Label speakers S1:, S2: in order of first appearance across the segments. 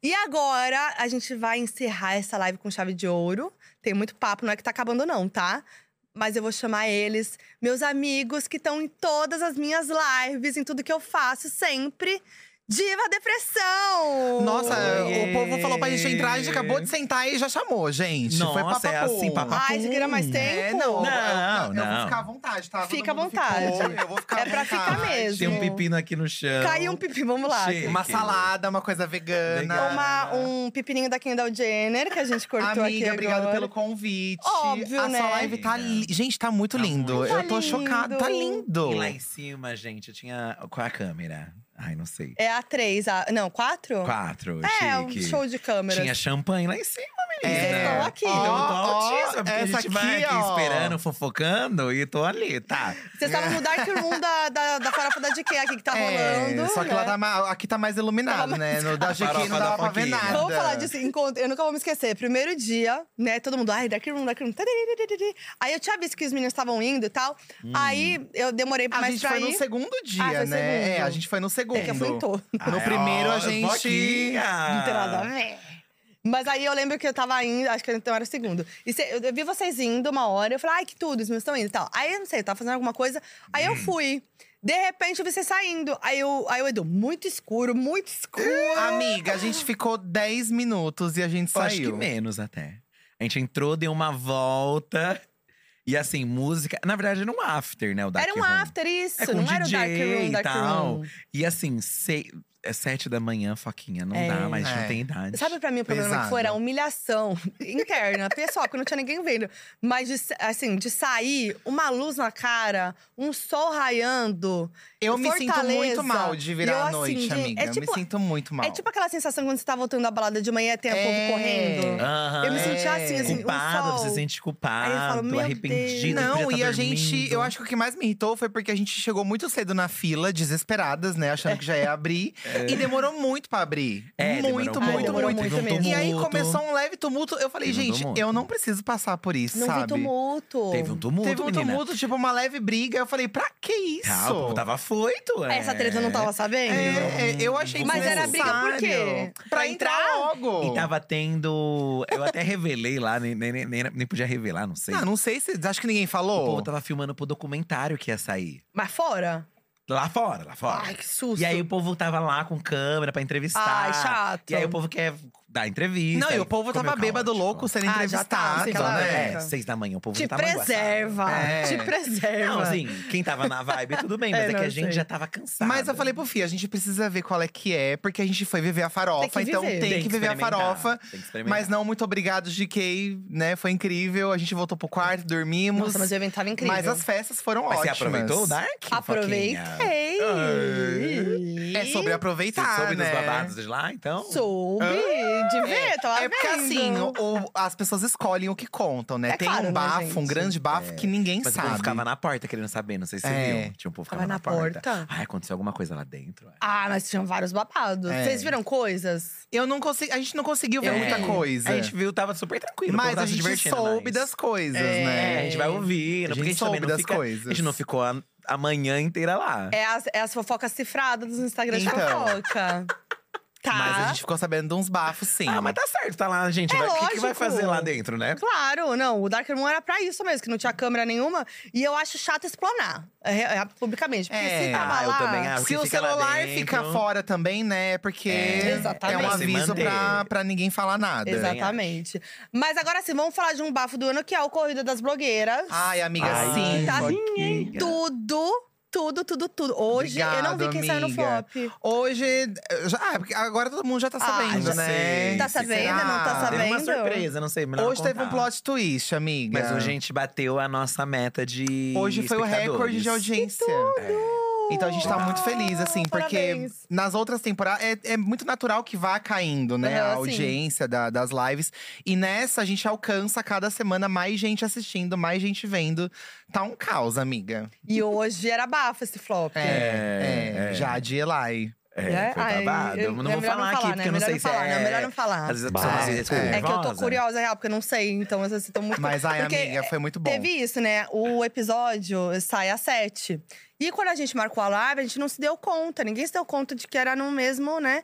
S1: E agora a gente vai encerrar essa live com chave de ouro. Tem muito papo, não é que tá acabando, não, tá? Mas eu vou chamar eles, meus amigos que estão em todas as minhas lives, em tudo que eu faço sempre. Diva Depressão!
S2: Nossa,
S3: Oiê.
S2: o povo falou pra gente entrar, a gente acabou de sentar e já chamou, gente. Foi
S3: Nossa, é
S2: papapum.
S3: assim, papapum.
S1: Ai, você queria mais tempo?
S2: É, não, eu-
S3: Não,
S2: eu, eu vou
S3: não.
S2: ficar à vontade, tá? Todo
S1: Fica à
S2: mundo
S1: vontade.
S2: ficou, eu vou ficar à
S1: É pra ficar
S2: vontade.
S1: mesmo.
S3: Tem um pepino aqui no chão.
S1: Caiu um pipi, vamos lá.
S3: Chega.
S2: Uma salada, uma coisa vegana.
S3: Legal.
S1: Uma, um pepininho da Kendall Jenner, que a gente cortou aqui
S2: Amiga, obrigado
S1: agora.
S2: pelo convite.
S1: Óbvio,
S2: a
S1: né?
S2: sua live tá li... Gente, tá muito
S3: Tá
S2: lindo.
S3: muito.
S2: eu tô
S1: Tá
S2: chocada. Tá lindo.
S3: E lá em cima, gente, eu tinha… Qual é a câmera? Ai, não sei.
S1: É a três, a… não, quatro?
S3: Quatro,
S1: É,
S3: chique.
S1: um show de câmeras.
S3: Tinha champanhe lá em cima, menina.
S1: Vocês
S2: É.
S1: estão aqui.
S3: Então, eu tô
S2: Ó, ó,
S3: altíssima, porque a
S2: essa
S3: gente vai
S2: aqui,
S3: aqui
S2: ó.
S3: esperando, fofocando, e tô ali, tá.
S1: Vocês estavam no Dark Room da, da, da farofa da GK aqui que tá
S2: É,
S1: rolando.
S2: só que
S1: né?
S2: lá tá ma- aqui tá mais iluminado, né? No da GQ
S3: farofa
S2: não
S3: da
S2: dava pra ver
S3: Foquinha.
S2: nada.
S1: Vamos falar disso. encontro- Eu nunca vou me esquecer. Primeiro dia, né? Todo mundo, ai, Dark Room, Dark Room. tadadadadadadá. Aí eu tinha visto que os meninos estavam indo e tal. Aí eu demorei
S2: A
S1: mais
S2: gente
S1: pra
S2: foi
S1: ir.
S2: no segundo dia,
S1: Ah, foi
S2: né?
S1: segundo.
S2: É, a gente foi no segundo.
S1: É que eu fui em todo.
S2: No primeiro, a gente-
S1: Não tem nada a ver. Mas aí eu lembro que eu tava indo, acho que então era o segundo. E cê- eu, eu vi vocês indo uma hora, eu falei, ai, que tudo, os meus estão indo e tal. Aí eu não sei, eu tava fazendo alguma coisa, aí eu fui. De repente eu vi vocês saindo. Aí, eu, aí o Edu, muito escuro, muito escuro.
S2: Amiga, a gente ficou 10 minutos e a gente
S3: Eu
S2: saiu.
S3: Acho que menos até. A gente entrou, deu uma volta. E assim, música. Na verdade, era um after, né? O Dark
S1: era um
S3: Room.
S1: after isso,
S3: É, com
S1: não era o
S3: DJ
S1: Dark Room,
S3: e
S1: Dark
S3: tal.
S1: Room.
S3: E assim, sei, é sete da manhã, Foquinha. Não
S1: É.
S3: dá, mas
S2: É.
S3: não tem idade.
S1: Sabe pra mim o problema que
S2: Pesado.
S1: foi? Era a humilhação interna, pessoal, que não tinha ninguém vendo. Mas, de sa- assim, de sair, uma luz na cara, um sol raiando.
S2: Eu me sinto
S1: Fortaleza.
S2: muito mal de virar
S1: E eu,
S2: à
S1: assim,
S2: noite,
S1: gente,
S2: amiga.
S1: é
S2: eu
S1: tipo-
S2: me sinto muito mal.
S1: É tipo aquela sensação quando você tá voltando da balada de manhã e tem o
S2: É.
S1: povo correndo.
S3: Aham,
S1: Eu me
S3: é.
S1: senti assim, assim,
S3: culpada,
S1: um sol.
S3: você se sente
S1: Aí eu
S3: culpado,
S1: falo, meu
S3: arrependido.
S1: Deus.
S3: podia
S2: Não,
S3: tá
S2: e a gente.
S3: dormindo.
S2: Eu acho que o que mais me irritou foi porque a gente chegou muito cedo na fila, desesperadas, né? Achando que já ia abrir. E demorou muito pra abrir.
S3: É, demorou
S2: muito,
S3: um pouco,
S2: muito,
S1: demorou
S2: muito.
S3: teve
S1: muito
S3: um
S1: mesmo.
S2: E aí
S3: tumulto.
S2: começou um leve tumulto. Eu falei,
S3: Teve um
S2: gente,
S3: tumulto.
S2: eu não preciso passar por isso,
S1: Não vi
S2: sabe?
S1: tumulto.
S3: Teve um tumulto,
S2: Teve um
S3: menina.
S2: tumulto, tipo, uma leve briga. Eu falei, pra que isso?
S3: Ah, o povo tava foito, é.
S1: Essa treta eu não tava sabendo.
S2: É, é,
S3: Hum.
S2: eu achei
S1: Mas era briga por quê?
S2: desnecessário.
S1: Pra
S2: Pra entrar
S1: entrar?
S2: logo.
S3: E tava tendo. Eu até revelei lá, nem, nem, nem, nem podia revelar, não sei.
S2: Ah, não sei se. Acho que ninguém
S3: O povo
S2: falou.
S3: tava filmando pro documentário que ia sair.
S1: Mas fora?
S3: Lá fora, lá fora.
S1: Ai, que susto.
S3: E aí o povo tava lá com câmera pra entrevistar.
S1: Ai, chato.
S3: E aí o povo quer dar entrevista.
S2: Não, e
S3: aí
S2: o povo
S3: ficou
S2: tava
S3: meio
S2: bêbado
S3: caótico.
S2: louco sendo
S1: Ah, já
S2: entrevistado.
S1: tava,
S3: Então,
S1: aquela
S3: né,
S1: época.
S3: é, seis da manhã, o povo
S1: te
S3: já tá manguaçado.
S1: preserva,
S2: É.
S1: te preserva.
S3: Não, assim, quem tava na vibe, tudo
S1: É,
S3: bem. Mas é,
S1: não,
S3: que a
S1: eu
S3: gente
S1: sei.
S3: já tava cansado.
S2: Mas eu falei pro Fih, a gente precisa ver qual é que é, porque a gente foi viver a farofa,
S1: Tem que
S2: então
S1: viver.
S2: tem, que viver a
S3: experimentar,
S2: farofa.
S3: Tem que experimentar.
S2: Mas não, muito obrigado, GK, né? Foi incrível. A gente voltou pro quarto, dormimos.
S1: Nossa, mas o evento tava incrível.
S2: Mas as festas foram
S3: Mas você
S2: ótimas.
S3: aproveitou o Dark? Foquinha?
S1: Aproveitei.
S2: É sobre aproveitar,
S3: Você soube
S2: né?
S3: dos babados de lá, então?
S1: Soube de ver, tava
S2: É porque
S1: Tá vendo.
S2: assim, o- o- as pessoas escolhem o que contam, né?
S1: É
S2: Tem
S1: claro, né,
S2: um bafo, um
S1: gente?
S2: grande bafo que ninguém
S3: É. Mas o
S2: sabe.
S3: povo ficava na porta querendo saber, não sei se você
S2: É.
S3: viu. Tinha um povo
S1: Ficava
S3: ficava
S1: na
S3: na, porta.
S1: porta.
S3: Ai, aconteceu alguma coisa lá dentro. é.
S1: Ah, mas tinham vários babados.
S2: É.
S1: Vocês viram coisas?
S2: Eu não consegui, a gente não conseguiu ver
S3: É.
S2: muita coisa.
S3: A gente viu, tava super tranquilo. o povo
S2: mas
S3: tava
S2: a
S3: se
S2: gente
S3: divertindo
S2: soube
S3: mais.
S2: das coisas,
S1: É.
S3: É, a
S2: né?
S3: gente vai ouvindo.
S2: A
S3: porque a
S2: gente
S3: gente também
S2: soube
S3: não
S2: das
S3: fica,
S2: coisas.
S3: A gente não ficou a, a manhã inteira lá.
S1: É as, é as fofocas cifradas dos Instagram de
S2: Então.
S1: fofoca. Tá.
S2: Mas a gente ficou sabendo de uns bafos, sim.
S3: Ah, mas tá certo, tá lá, gente.
S1: É
S3: vai- O que, que vai
S1: lógico.
S3: fazer lá dentro,
S2: é
S3: né?
S1: Claro, não. O Dark Room era pra isso mesmo, que não tinha câmera nenhuma. E eu acho chato explanar, é, é, publicamente. Porque
S2: É,
S1: se tava
S3: ah, eu
S1: lá…
S3: também
S2: Se
S3: acho. Porque
S2: o
S3: fica lá
S2: celular
S3: dentro.
S2: fica fora também, né? Porque
S3: É,
S2: é,
S1: exatamente.
S2: um
S1: Pra se
S2: aviso
S3: manter.
S2: pra, pra ninguém falar nada.
S3: Exato.
S1: Exatamente. Mas agora sim, vamos falar de um bafo do ano, que é o Corrida das Blogueiras.
S2: Ai, amiga,
S3: Ai,
S2: sim.
S1: tá
S2: foi-
S3: Foquinha.
S1: Tudo, tudo, tudo, tudo. Hoje, eu não vi quem saiu no
S2: Obrigado,
S1: flop.
S2: Hoje. eh, Já, ah, porque agora todo mundo já tá
S1: Ah,
S2: sabendo,
S1: já
S2: né?
S3: sei.
S1: Tá
S3: Será?
S1: sabendo, não tá
S3: Teve
S1: sabendo?
S3: uma surpresa, não sei. melhor não
S2: Hoje teve um
S3: contar.
S2: plot twist, amiga.
S3: Mas hoje a gente bateu a nossa meta de.
S2: Hoje foi o recorde de
S3: espectadores.
S2: audiência. Então a gente tá muito feliz, assim,
S1: Ah,
S2: porque
S1: parabéns.
S2: nas outras temporadas é, é muito natural que vá caindo, né?
S1: Aham,
S2: a
S1: sim.
S2: audiência da- das lives. E nessa a gente alcança cada semana mais gente assistindo, mais gente vendo. Tá um caos, amiga.
S1: E hoje era bafo esse flop.
S2: É, é,
S3: é.
S2: já de Eli.
S3: É, foi
S1: Ai,
S3: babado.
S1: eu-
S3: Eu não
S1: é
S3: vou
S1: melhor
S3: falar aqui,
S1: né?
S3: porque eu não
S1: Melhor
S3: sei se
S1: falar,
S3: é.
S1: Né? Melhor não falar.
S3: Às vezes a pessoa
S2: Bah.
S3: às vezes fica
S2: É.
S1: É que eu tô
S3: nervosa.
S1: curiosa, real, porque eu não sei. Então, assim, tô muito…
S2: Mas ai,
S1: Porque
S2: amiga, foi muito bom.
S1: Teve isso, né? O episódio sai às sete. E quando a gente marcou a live, a gente não se deu conta. Ninguém se deu conta de que era no mesmo, né?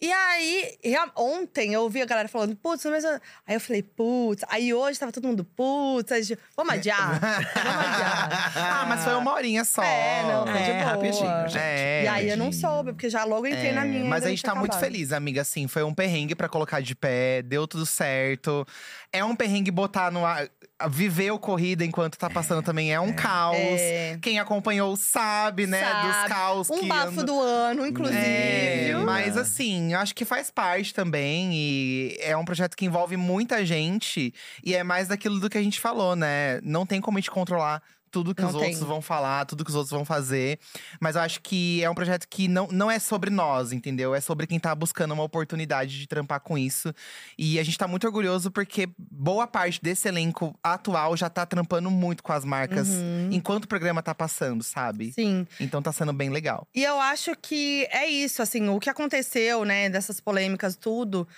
S1: E aí, real- ontem eu ouvi a galera falando, putz, mas. eu-" Aí eu falei, putz. Aí hoje tava todo mundo, putz. aí, tipo, Vamos
S2: É,
S1: adiar. Vamos adiar.
S2: ah, mas foi uma horinha só.
S1: É, não, foi de
S3: É,
S1: boa.
S3: rapidinho, gente.
S2: É,
S1: e aí eu não
S3: tadinho.
S1: soube, porque já logo eu entrei
S2: É,
S1: na minha. ainda
S2: Mas a
S1: não
S2: gente tá
S1: tinha
S2: muito
S1: acabado.
S2: feliz, amiga. Assim, foi um perrengue pra colocar de pé, deu tudo certo. É um perrengue botar no ar. Viver o corrida enquanto tá passando também é um caos.
S1: É.
S2: Quem acompanhou sabe, né? Dos
S1: Sabe.
S2: caos
S1: Um
S2: que
S1: bafo
S2: andam-
S1: do ano, inclusive. Uhum.
S2: É,
S3: Inclusive.
S2: mas assim, eu acho que faz parte também. E é um projeto que envolve muita gente. E é mais daquilo do que a gente falou, né? Não tem como a gente controlar tudo que
S1: Não
S2: os
S1: tem.
S2: outros vão falar, tudo que os outros vão fazer. Mas eu acho que é um projeto que não, não é sobre nós, entendeu? É sobre quem tá buscando uma oportunidade de trampar com isso. E a gente tá muito orgulhoso porque boa parte desse elenco atual já tá trampando muito com as marcas.
S1: Uhum.
S2: Enquanto o programa tá passando, sabe?
S1: Sim.
S2: Então tá sendo bem legal.
S1: E eu acho que é isso, assim, o que aconteceu, né, dessas polêmicas, tudo.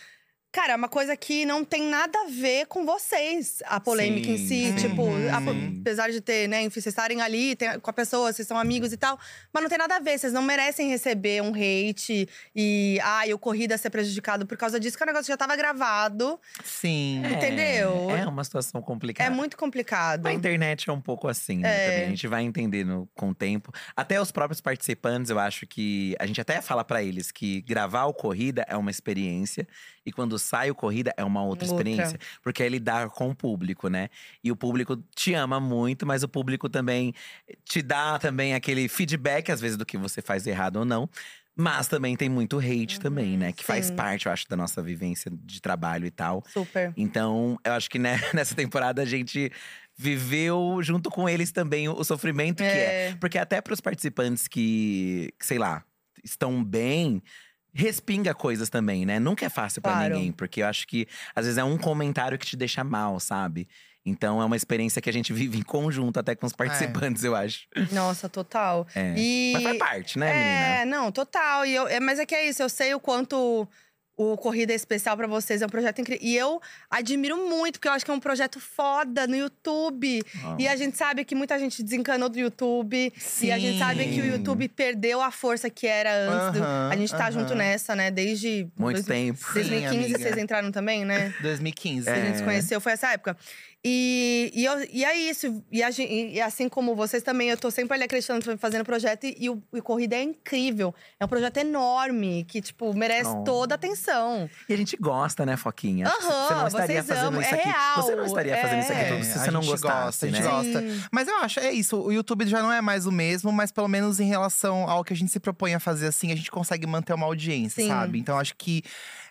S1: Cara, é uma coisa que não tem nada a ver com vocês, a polêmica em
S3: Sim, Uhum.
S1: si.
S2: sim.
S1: Tipo, a-
S3: Sim.
S1: apesar de ter, né, enfim, vocês estarem ali tem- com a pessoa, vocês são amigos e tal. Mas não tem nada a ver, vocês não merecem receber um hate e, ai, o corrida ser prejudicado por causa disso, que o negócio já tava gravado.
S2: Sim.
S3: É,
S1: Entendeu?
S3: É uma situação complicada.
S1: É muito complicado.
S3: A internet é um pouco assim, né?
S1: É.
S3: Também. A gente vai entendendo com o tempo. Até os próprios participantes, eu acho que. A gente até fala pra eles que gravar o corrida é uma experiência. E quando sai o corrida é uma outra,
S1: Outra.
S3: experiência. Porque é lidar com o público, né? E o público te ama muito, mas o público também te dá também aquele feedback, às vezes, do que você faz errado ou não. Mas também tem muito hate também, né? Que faz
S1: Uhum, sim.
S3: parte, eu acho, da nossa vivência de trabalho e tal.
S1: Super.
S3: Então, eu acho que né, nessa temporada a gente viveu junto com eles também o o sofrimento que é.
S1: É.
S3: Porque até para os participantes que, que, sei lá, estão bem, respinga coisas também, né? Nunca é fácil pra
S1: Claro.
S3: ninguém, porque eu acho que às vezes é um comentário que te deixa mal, sabe? Então é uma experiência que a gente vive em conjunto até com os participantes, eu acho.
S1: É, Nossa, total.
S3: É.
S1: É. E...
S3: Mas faz parte, né, menina?
S1: É, não, total. E eu, é, mas é que é isso, eu sei o quanto o Corrida é Especial pra vocês é um projeto incrível. E eu admiro muito, porque eu acho que é um projeto foda no YouTube.
S3: Ó.
S1: E a gente sabe que muita gente desencanou do YouTube. E a gente sabe que o
S2: Sim.
S1: YouTube perdeu a força que era antes. do-
S2: Aham,
S1: a gente tá
S2: aham.
S1: junto nessa, né? Desde
S3: Muito
S1: dois-
S3: tempo.
S2: Sim,
S1: 2015,
S2: amiga.
S1: vocês entraram também, né?
S2: 2015.
S1: A gente se conheceu, foi essa época. E, e, eu- e é isso. E, a gen- e- e assim como vocês também, eu tô sempre ali acreditando, fazendo projeto. E, e o, e o Corrida é incrível. É um projeto enorme, que, tipo, merece
S3: Oh.
S1: toda a atenção.
S3: E a gente gosta, né, Foquinha? Acho que
S1: Aham,
S3: você não estaria
S1: vocês
S3: fazendo
S1: amam, é
S3: isso aqui.
S1: real,
S3: Você não estaria fazendo isso aqui
S1: é.
S3: tudo se
S2: a
S3: você não
S2: gente
S3: gostasse,
S2: gosta, a
S3: né?
S2: gente gosta.
S1: Sim.
S2: Mas eu acho, é isso. O YouTube já não é mais o mesmo, mas pelo menos em relação ao que a gente se propõe a fazer assim, a gente consegue manter uma audiência,
S1: Sim.
S2: sabe? Então acho que.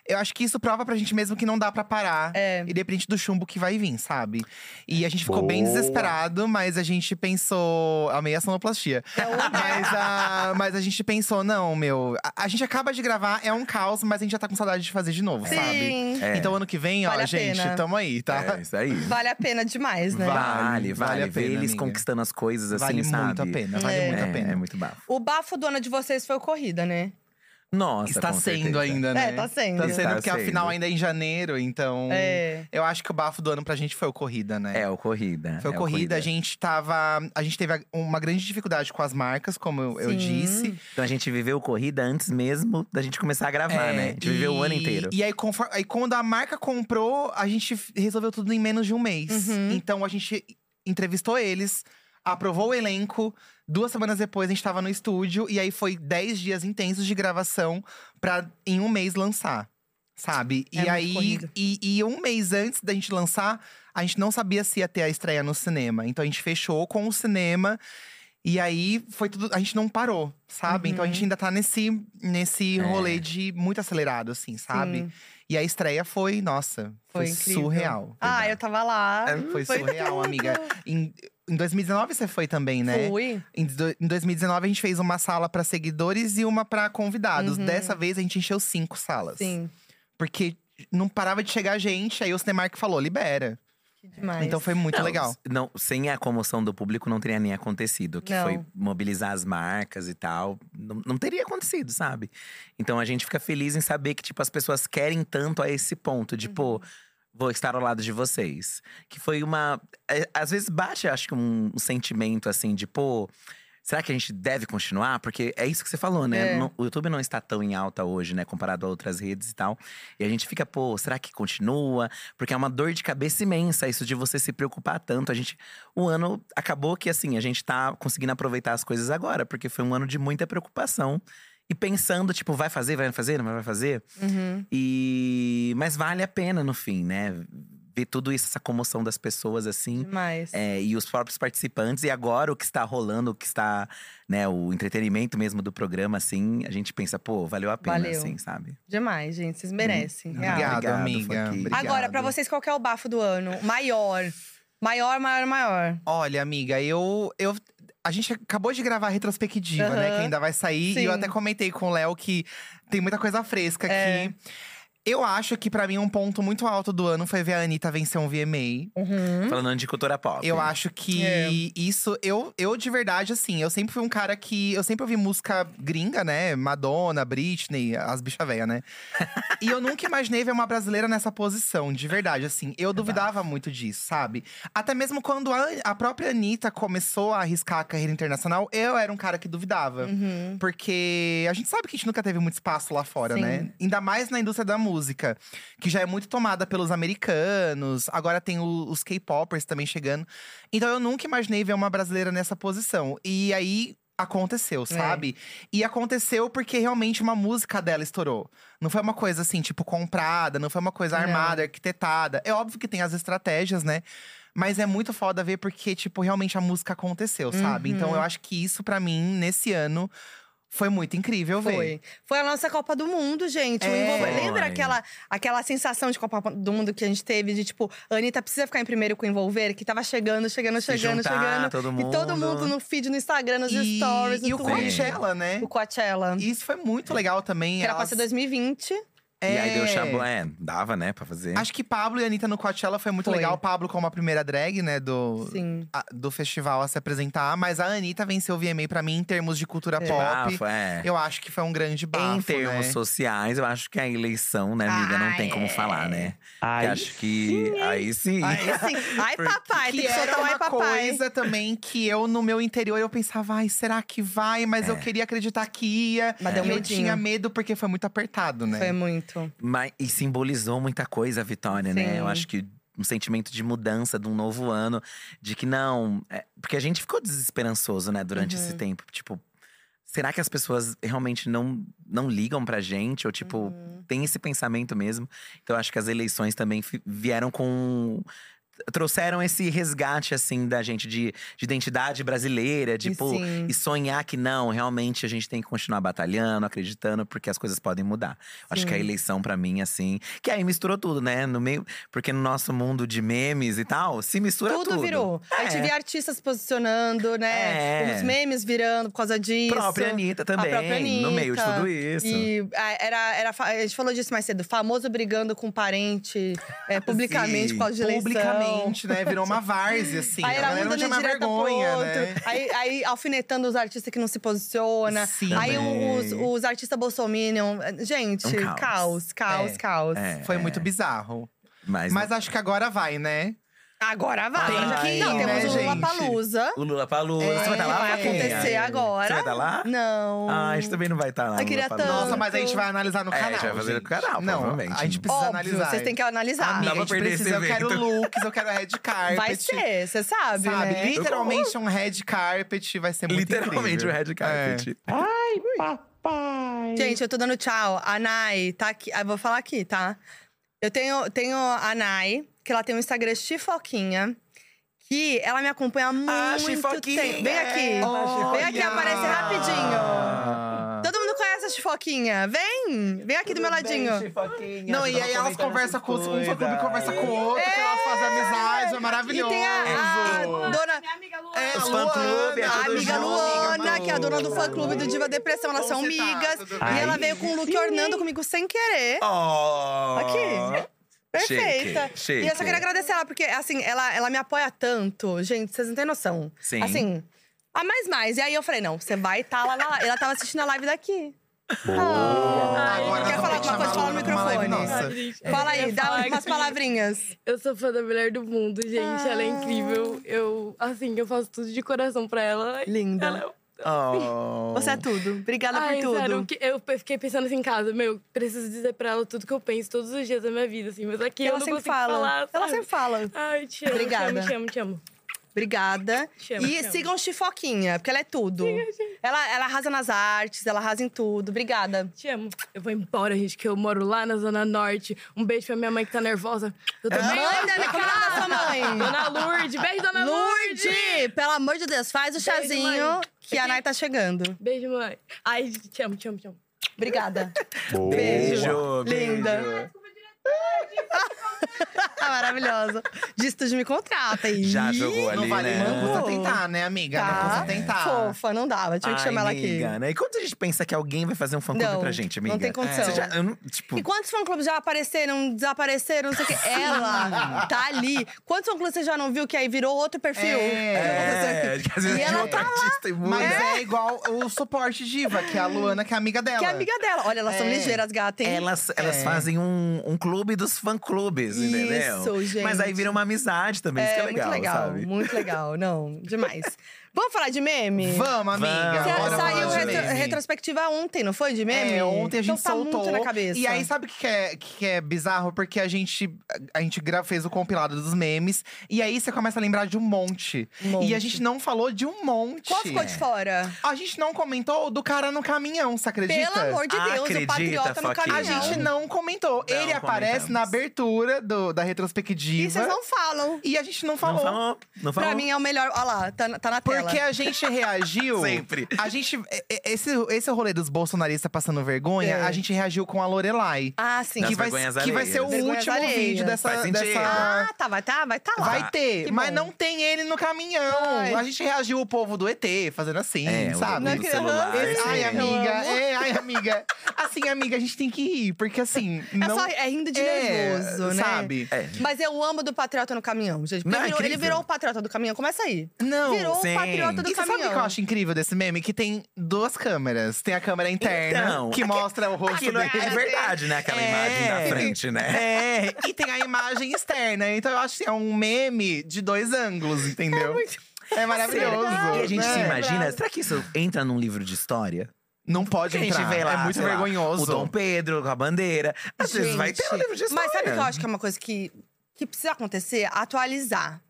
S2: Eu acho que isso prova pra gente mesmo que não dá pra parar.
S1: É.
S2: Independente do chumbo que vai vir, sabe? E a gente ficou bem
S3: Boa.
S2: desesperado, mas a gente pensou. Amei a sonoplastia.
S1: É outra-
S2: Mas a, mas a gente pensou, não, meu. A, a gente acaba de gravar, é um caos, mas a gente já tá com saudade de fazer de novo, sabe?
S1: Sim,
S3: É.
S2: Então ano que vem, ó,
S1: Vale a
S2: gente,
S1: pena.
S2: tamo aí, tá?
S3: É isso aí.
S1: vale a pena demais, né?
S2: Vale,
S3: Vale, vale.
S2: vale a
S3: Ver
S2: pena,
S3: eles
S2: amiga.
S3: conquistando as coisas assim,
S2: vale
S3: sabe?
S2: muito a pena, vale
S1: É.
S2: muito a
S3: É,
S2: pena.
S3: É muito bafo.
S1: O bafo do ano de vocês foi o Corrida, né?
S3: Nossa,
S2: Está
S3: com
S2: sendo
S3: certeza.
S2: ainda, né?
S1: É, tá sendo.
S2: Tá sendo,
S3: Está
S2: porque
S3: sendo.
S2: afinal ainda é em janeiro, então.
S1: É.
S2: Eu acho que o bafo do ano pra gente foi o corrida, né?
S3: É, o Corrida.
S2: Foi
S3: é
S2: o
S3: o
S2: corrida, a gente tava. A gente teve uma grande dificuldade com as marcas, como eu, eu
S1: Sim.
S2: disse.
S3: Então a gente viveu o Corrida antes mesmo da gente começar a
S2: É,
S3: gravar, né? A gente viveu o ano inteiro.
S2: E aí, confo- aí, quando a marca comprou, a gente f- resolveu tudo em menos de um mês.
S1: Uhum.
S2: Então a gente entrevistou eles, aprovou o elenco. Duas semanas depois, a gente tava no estúdio. E aí foi 10 dias intensos de gravação pra em um mês lançar. Sabe?
S1: É
S2: e
S1: muito
S2: aí,
S1: corrido.
S2: e, e um mês antes da gente lançar, a gente não sabia se ia ter a estreia no cinema. Então a gente fechou com o cinema. E aí foi tudo. A gente não parou, sabe? Então a
S1: Uhum.
S2: gente ainda tá nesse, nesse
S3: É.
S2: rolê de muito acelerado, assim, sabe?
S1: Sim.
S2: E a estreia foi, nossa,
S1: Foi
S2: foi,
S1: incrível.
S2: surreal. É,
S1: Ah, eu tava lá.
S2: Foi
S1: foi
S2: surreal,
S1: tudo.
S2: amiga. Em, em 2019 você foi também, né?
S1: Fui.
S2: Em, do- em 2019 a gente fez uma sala pra seguidores e uma pra convidados.
S1: Uhum.
S2: Dessa vez a gente encheu cinco salas.
S1: Sim,
S2: Porque não parava de chegar gente, aí o Cinemark falou, libera.
S1: que demais.
S2: Então foi muito
S3: Não,
S2: legal.
S3: s- Não, sem a comoção do público não teria nem acontecido. Que
S1: Não.
S3: foi mobilizar as marcas e tal. Não, não teria acontecido, sabe? Então a gente fica feliz em saber que, tipo, as pessoas querem tanto a esse ponto. De, pô, vou estar ao lado de vocês. Que foi uma… é, Às vezes bate, acho que um, um sentimento, assim, de, pô… Será que a gente deve continuar? Porque é isso que você falou, né?
S1: É.
S3: Não- o YouTube não está tão em alta hoje, né? Comparado a outras redes e tal. E a gente fica, pô, será que continua? Porque é uma dor de cabeça imensa isso de você se preocupar tanto. A gente. O ano acabou que, assim, a gente tá conseguindo aproveitar as coisas agora, porque foi um ano de muita preocupação. E pensando, tipo, vai fazer, vai fazer, não vai fazer.
S1: Uhum.
S3: E. Mas vale a pena no fim, né? Ver tudo isso, essa comoção das pessoas, assim.
S1: Demais.
S3: É, e os próprios participantes, e agora o que está rolando, o que está, né, o entretenimento mesmo do programa, assim, a gente pensa, pô, valeu a pena,
S1: Valeu.
S3: assim, sabe?
S1: Demais, gente. Vocês merecem. real.
S2: Obrigado, amiga.
S3: Funky.
S2: Obrigado.
S1: Agora, pra vocês, qual que é o bafo do ano? Maior. Maior, maior, maior.
S2: Olha, amiga, eu, eu. A gente acabou de gravar a retrospectiva, né?
S1: Aham.
S2: Que ainda vai sair. E
S1: Sim.
S2: eu até comentei com o Léo que tem muita coisa fresca
S1: É.
S2: aqui. Eu acho que pra mim um ponto muito alto do ano foi ver a Anitta vencer um VMA.
S1: Uhum.
S3: Falando de cultura pop.
S2: Eu acho que
S1: É.
S2: isso. Eu, eu, de verdade, assim, eu sempre fui um cara que. Eu sempre ouvi música gringa, né? Madonna, Britney, as bichas velhas, né? e eu nunca imaginei ver uma brasileira nessa posição, de verdade. Assim, eu duvidava muito disso, sabe? Até mesmo quando a, a própria Anitta começou a arriscar a carreira internacional, eu era um cara que duvidava.
S1: Uhum.
S2: Porque a gente sabe que a gente nunca teve muito espaço lá fora,
S1: Sim.
S2: né? Ainda mais na indústria da música, que já é muito tomada pelos americanos. Agora tem o- os K-popers também chegando. Então eu nunca imaginei ver uma brasileira nessa posição. E aí
S1: É.
S2: aconteceu, sabe? E aconteceu porque realmente uma música dela estourou. Não foi uma coisa assim, tipo, comprada, não foi uma coisa
S1: Não.
S2: armada, arquitetada. É óbvio que tem as estratégias, né? Mas é muito foda ver porque, tipo, realmente a música aconteceu, sabe? Então
S1: Uhum.
S2: eu acho que isso, pra mim, nesse ano, foi muito incrível ver.
S1: Foi. Foi a nossa Copa do Mundo, gente. O
S2: É.
S1: envolve- Lembra
S3: Foi.
S1: aquela, aquela sensação de Copa do Mundo que a gente teve de tipo, a Anitta precisa ficar em primeiro com o envolver, que tava chegando, chegando,
S3: Se
S1: chegando,
S3: juntar,
S1: chegando.
S3: todo
S1: E todo mundo
S3: mundo.
S1: no feed, no Instagram, nos
S2: e,
S1: stories, no
S2: e o
S1: Twitter.
S2: Coachella, né?
S1: O Coachella.
S2: E Isso foi muito legal também.
S1: Que era pra ser
S2: elas-
S1: 2020.
S3: E aí deu
S2: É.
S3: chabu… É, dava, né, pra fazer.
S2: Acho que Pablo e Anitta no Coachella foi muito
S1: Foi.
S2: legal. Pablo como a primeira drag, né, do,
S1: Sim.
S2: a- do festival a se apresentar. Mas a Anitta venceu o VMA pra mim em termos de cultura
S1: É.
S2: pop.
S3: Bafo, é.
S2: Eu acho que foi um grande bafo,
S3: em termos
S2: né?
S3: sociais, eu acho que a eleição, né, amiga, não
S1: Ah,
S3: tem
S1: é.
S3: como falar, né?
S4: Ai,
S3: eu acho que. Aí sim.
S1: Aí sim. Ai,
S3: Porque
S1: papai, tem
S2: que
S1: que
S2: era
S1: soltar um ai,
S2: uma
S1: papai.
S2: coisa também que eu, no meu interior, eu pensava, ai, será que vai? Mas
S3: É.
S2: eu queria acreditar que ia.
S1: Mas deu
S2: e eu
S1: medinho.
S2: tinha medo porque foi muito apertado, né?
S1: Foi muito.
S3: Mas, e simbolizou muita coisa a vitória,
S1: Sim.
S3: né? Eu acho que um sentimento de mudança, de um novo ano, de que não. é, porque a gente ficou desesperançoso, né, durante esse
S1: Uhum.
S3: tempo. Tipo, será que as pessoas realmente não, não ligam pra gente? Ou, tipo,
S1: Uhum.
S3: tem esse pensamento mesmo. Então, acho que as eleições também fi- vieram com. Trouxeram esse resgate, assim, da gente de, de identidade brasileira, de,
S1: E
S2: Tipo,
S3: pô,
S1: sim.
S3: e sonhar que não, realmente a gente tem que continuar batalhando, acreditando, porque as coisas podem mudar. Acho que a
S1: Sim.
S3: eleição, pra mim, assim. Que aí misturou tudo, né? No meio, porque no nosso mundo de memes e tal, se mistura tudo.
S1: Tudo, virou. A gente
S3: É.
S1: via artistas se posicionando, né?
S3: É.
S1: Os memes virando por causa disso.
S3: própria Anitta também,
S1: própria
S3: no meio de
S1: Anitta.
S3: tudo isso.
S1: E ah, era, era, fa- a gente falou disso mais cedo, famoso brigando com parente é, publicamente
S3: Sim,
S1: por causa de eleição.
S2: Publicamente, né? Virou uma várzea, assim.
S1: Aí
S2: a
S1: era
S2: galera
S1: um
S2: não tinha
S1: dando
S2: mais
S1: direta pro
S2: vergonha,
S1: outro.
S2: né?
S1: Aí, aí alfinetando os artistas que não se posicionam.
S2: Sim.
S1: Aí
S3: Também.
S1: os, os artistas bolsominion. Gente,
S3: Um
S1: caos,
S3: caos.
S1: caos,
S2: É,
S1: caos.
S3: É,
S2: Foi
S3: é.
S2: muito bizarro.
S3: Mas,
S2: Mas acho que agora vai, né?
S1: Agora vai.
S3: Tem
S1: Já-
S3: que ir,
S1: não,
S3: né,
S1: temos o
S2: gente?
S1: Lula Palusa.
S3: o Lula Palusa, você vai estar lá?
S1: É, vai
S3: Vaquinha?
S1: acontecer
S3: Você
S1: agora.
S3: vai estar lá?
S1: Não.
S3: Ah, a gente também não vai estar lá.
S1: Eu queria
S3: Lollapalooza.
S1: tanto.
S2: Nossa, mas a gente vai analisar no
S3: É, a
S2: canal.
S3: gente vai fazer no
S2: gente.
S3: canal,
S2: Não,
S3: provavelmente.
S2: a gente precisa
S1: Óbvio,
S2: analisar.
S1: vocês têm que analisar.
S2: Amiga,
S3: Dá
S2: a
S3: pra
S2: gente
S3: perder esse
S2: precisa, eu quero
S3: evento.
S2: looks, eu quero red carpet.
S1: Vai ser, você sabe,
S2: Sabe?
S1: né?
S2: Literalmente um red carpet vai ser é muito
S3: Literalmente
S2: incrível.
S3: o
S2: É.
S3: red carpet.
S4: ai, papai.
S1: Gente, eu tô dando tchau. A Nai tá aqui. Ah, vou falar aqui, tá? Eu tenho, tenho a Nai, que ela tem um Instagram Chifoquinha, que ela me acompanha
S2: Ah,
S1: há muito
S3: Chifoquinha!
S1: tempo. Vem aqui.
S2: Olha!
S1: Vem aqui, aparece rapidinho. Todo mundo conhece a Chifoquinha. Vem! Vem aqui do meu ladinho.
S2: Não,
S3: tá
S2: e aí elas conversam com os- um fã clube conversa com o outro, que elas fazem amizades, é
S1: E
S2: maravilhoso.
S1: tem a, a dona.
S5: Minha amiga Luana.
S2: É,
S3: Os
S2: a Luana,
S3: fã-clube, é
S1: A
S3: tudo
S1: amiga
S3: junto.
S1: Luana, que é a dona do
S2: Luana.
S1: fã-clube do Diva Depressão. Elas
S2: Como
S1: são
S2: você tá?
S1: amigas.
S2: Tudo
S1: E
S4: bem?
S1: ela veio com o Luke Ornando comigo sem querer.
S3: Oh!
S1: Aqui. Perfeita.
S3: Chique, chique.
S1: E eu só queria agradecer ela, porque, assim, ela, ela me apoia tanto. Gente, vocês não têm noção.
S3: Sim.
S1: Assim, a mais mais. E aí eu falei, não, você vai estar lá, lá. Ela tava assistindo a live daqui. Ah,
S5: Ai,
S2: Agora
S1: quer
S2: nós
S1: falar
S2: vamos ter
S1: alguma coisa? Fala no
S2: que chamar a Luana pra uma live
S1: microfone. tá
S2: nossa.
S1: Fala aí,
S5: Eu
S1: dá umas
S5: falar que é
S1: palavrinhas.
S5: Eu sou fã da melhor do é mundo, gente. Ela é incrível. Eu, assim, eu faço tudo de coração pra ela.
S1: Linda.
S5: Ela
S3: Oh.
S1: Você é tudo. Obrigada
S5: Ai,
S1: por tudo.
S5: sério, que- eu pe- fiquei pensando assim em casa, meu, preciso dizer pra ela tudo que eu penso todos os dias da minha vida, assim, mas aqui
S1: ela
S5: eu não
S1: sempre
S5: consigo
S1: fala.
S5: falar.
S1: ela
S5: sabe?
S1: sempre fala.
S5: Ai, te amo,
S1: Obrigada.
S5: te amo, te amo, te
S1: Obrigada.
S5: Chama,
S1: e
S5: chama.
S1: sigam Chifoquinha, porque ela é tudo. Ela, ela arrasa nas artes, ela arrasa em tudo. Obrigada.
S5: amo. Te amo. Eu vou embora, gente, que eu moro lá na Zona Norte. Um beijo pra minha mãe que tá nervosa. Eu tô bem.
S1: Manda, né? Como é a sua mãe?
S5: Dona Lourdes, beijo, Dona Lourdes!
S1: Lourdes! Pelo amor de Deus, faz o
S5: Beijo,
S1: chazinho
S5: mãe.
S1: que a Nai tá chegando.
S5: Beijo, mãe. Ai, te amo, te amo, te amo.
S1: Obrigada.
S4: Boa.
S3: Beijo, beijo.
S1: Linda. Ah, maravilhosa. Disse tudo de me contrata tá. aí.
S3: Já jogou ali,
S2: Não vale,
S3: né?
S2: não custa tentar, né, amiga? Não
S1: Tá.
S2: custa tentar.
S1: Fofa, não dava. Tinha que
S3: Ai,
S1: chamar ela aqui.
S3: amiga, Né? E quando a gente pensa que alguém vai fazer um fã clube
S1: Não,
S3: pra gente,
S1: não
S3: amiga?
S1: tem condição.
S3: Você já, eu não- tipo,
S1: E quantos fã-clubes já apareceram, desapareceram, não sei o quê? Ela tá ali. Quantos fã-clubes você já não viu que aí virou outro perfil?
S3: é, que às vezes
S1: E
S3: de
S1: ela
S3: outro
S1: tá lá.
S3: artista e muda.
S2: Mas é. igual o suporte diva, que é a Luana, que é amiga dela.
S1: Que é amiga dela. Olha, elas são
S2: É.
S1: ligeiras, gata, hein?
S3: Elas, elas
S2: É.
S3: fazem um, um clube dos fã-clubes, entendeu?
S1: Isso, gente.
S3: Mas aí vira uma amizade também, isso que é legal,
S1: muito legal,
S3: sabe?
S1: muito legal. Não, demais. Vamos falar de meme?
S2: Vamos, amiga.
S1: Sa-
S3: Vamos.
S2: bora
S1: Saiu
S2: falar de
S1: retro-
S2: meme.
S1: retrospectiva ontem, não foi? De meme?
S2: É, ontem a gente
S1: então, tá
S2: soltou.
S1: Muito na cabeça.
S2: E aí, sabe o que, que é, que é bizarro? Porque a gente, a gente gra- fez o compilado dos memes. E aí, você começa a lembrar de um monte.
S1: Um
S2: E
S1: monte.
S2: a gente não falou de um monte.
S1: Qual ficou de fora?
S2: A gente não comentou do cara no caminhão, você acredita?
S1: Pelo amor de Deus, o
S3: Acredita,
S1: patriota no
S3: Foquinha.
S1: caminhão.
S2: A gente não comentou.
S3: Não
S2: Ele aparece
S3: comentamos.
S2: na abertura do- da retrospectiva.
S1: E vocês não falam.
S2: E a gente não
S3: Não
S2: falou.
S3: falou, não falou.
S1: Pra mim é o melhor. Olha lá, tá, tá na tela.
S2: Porque é a gente reagiu.
S3: Sempre.
S2: A gente. e- e- Esse, esse é o rolê dos bolsonaristas passando vergonha,
S1: É.
S2: a gente reagiu com a Lorelai.
S1: Ah, sim.
S3: Das
S2: Que vai,
S3: vergonhas
S2: que vai ser o
S3: alheias.
S2: último
S1: Vergonhas
S2: vídeo
S1: alheias.
S2: dessa.
S3: Faz sentido.
S2: dessa...
S1: Ah, tá, vai tá, vai tá lá.
S2: Vai ter,
S1: que
S2: mas
S1: bom.
S2: não tem ele no caminhão.
S1: Ai.
S2: A gente reagiu o povo do ET fazendo assim,
S3: É, o
S2: sabe?
S3: bagulho do
S1: Não,
S3: celular.
S1: que-
S2: Esse-
S3: assim.
S2: ai, amiga,
S1: né? Eu amo.
S2: é, ai, amiga. Assim, amiga, a gente tem que rir, porque assim.
S1: É
S2: não...
S1: só é rindo de
S2: É,
S1: nervoso, né?
S2: Sabe?
S3: É.
S1: Mas eu amo do patriota no caminhão, gente. Porque
S3: Não, é
S1: virou- ele
S3: incrível.
S1: virou o patriota do caminhão. Começa aí.
S2: Não.
S1: virou um o
S3: sim.
S1: patriota do
S2: Então, E você
S1: caminhão.
S2: sabe o que eu acho incrível desse meme? Que tem duas câmeras. Tem a câmera interna,
S3: Então,
S2: que
S3: aque-
S2: mostra o rosto
S3: Aquilo
S2: dele.
S3: é verdade, né? Aquela
S2: É.
S3: imagem da frente, né?
S2: É, e tem a imagem externa. Então eu acho que é um meme de dois ângulos, entendeu? É,
S1: é
S2: maravilhoso.
S3: E a gente
S2: né?
S3: se imagina, será que isso entra num livro de história?
S2: Não pode
S3: Que a gente
S2: entrar.
S3: vê lá,
S2: é muito
S3: sei lá,
S2: vergonhoso.
S3: O Dom Pedro com a bandeira. Às vezes vai ter um livro de história.
S1: Mas sabe o que eu acho que é uma coisa que, que precisa acontecer? Atualizar.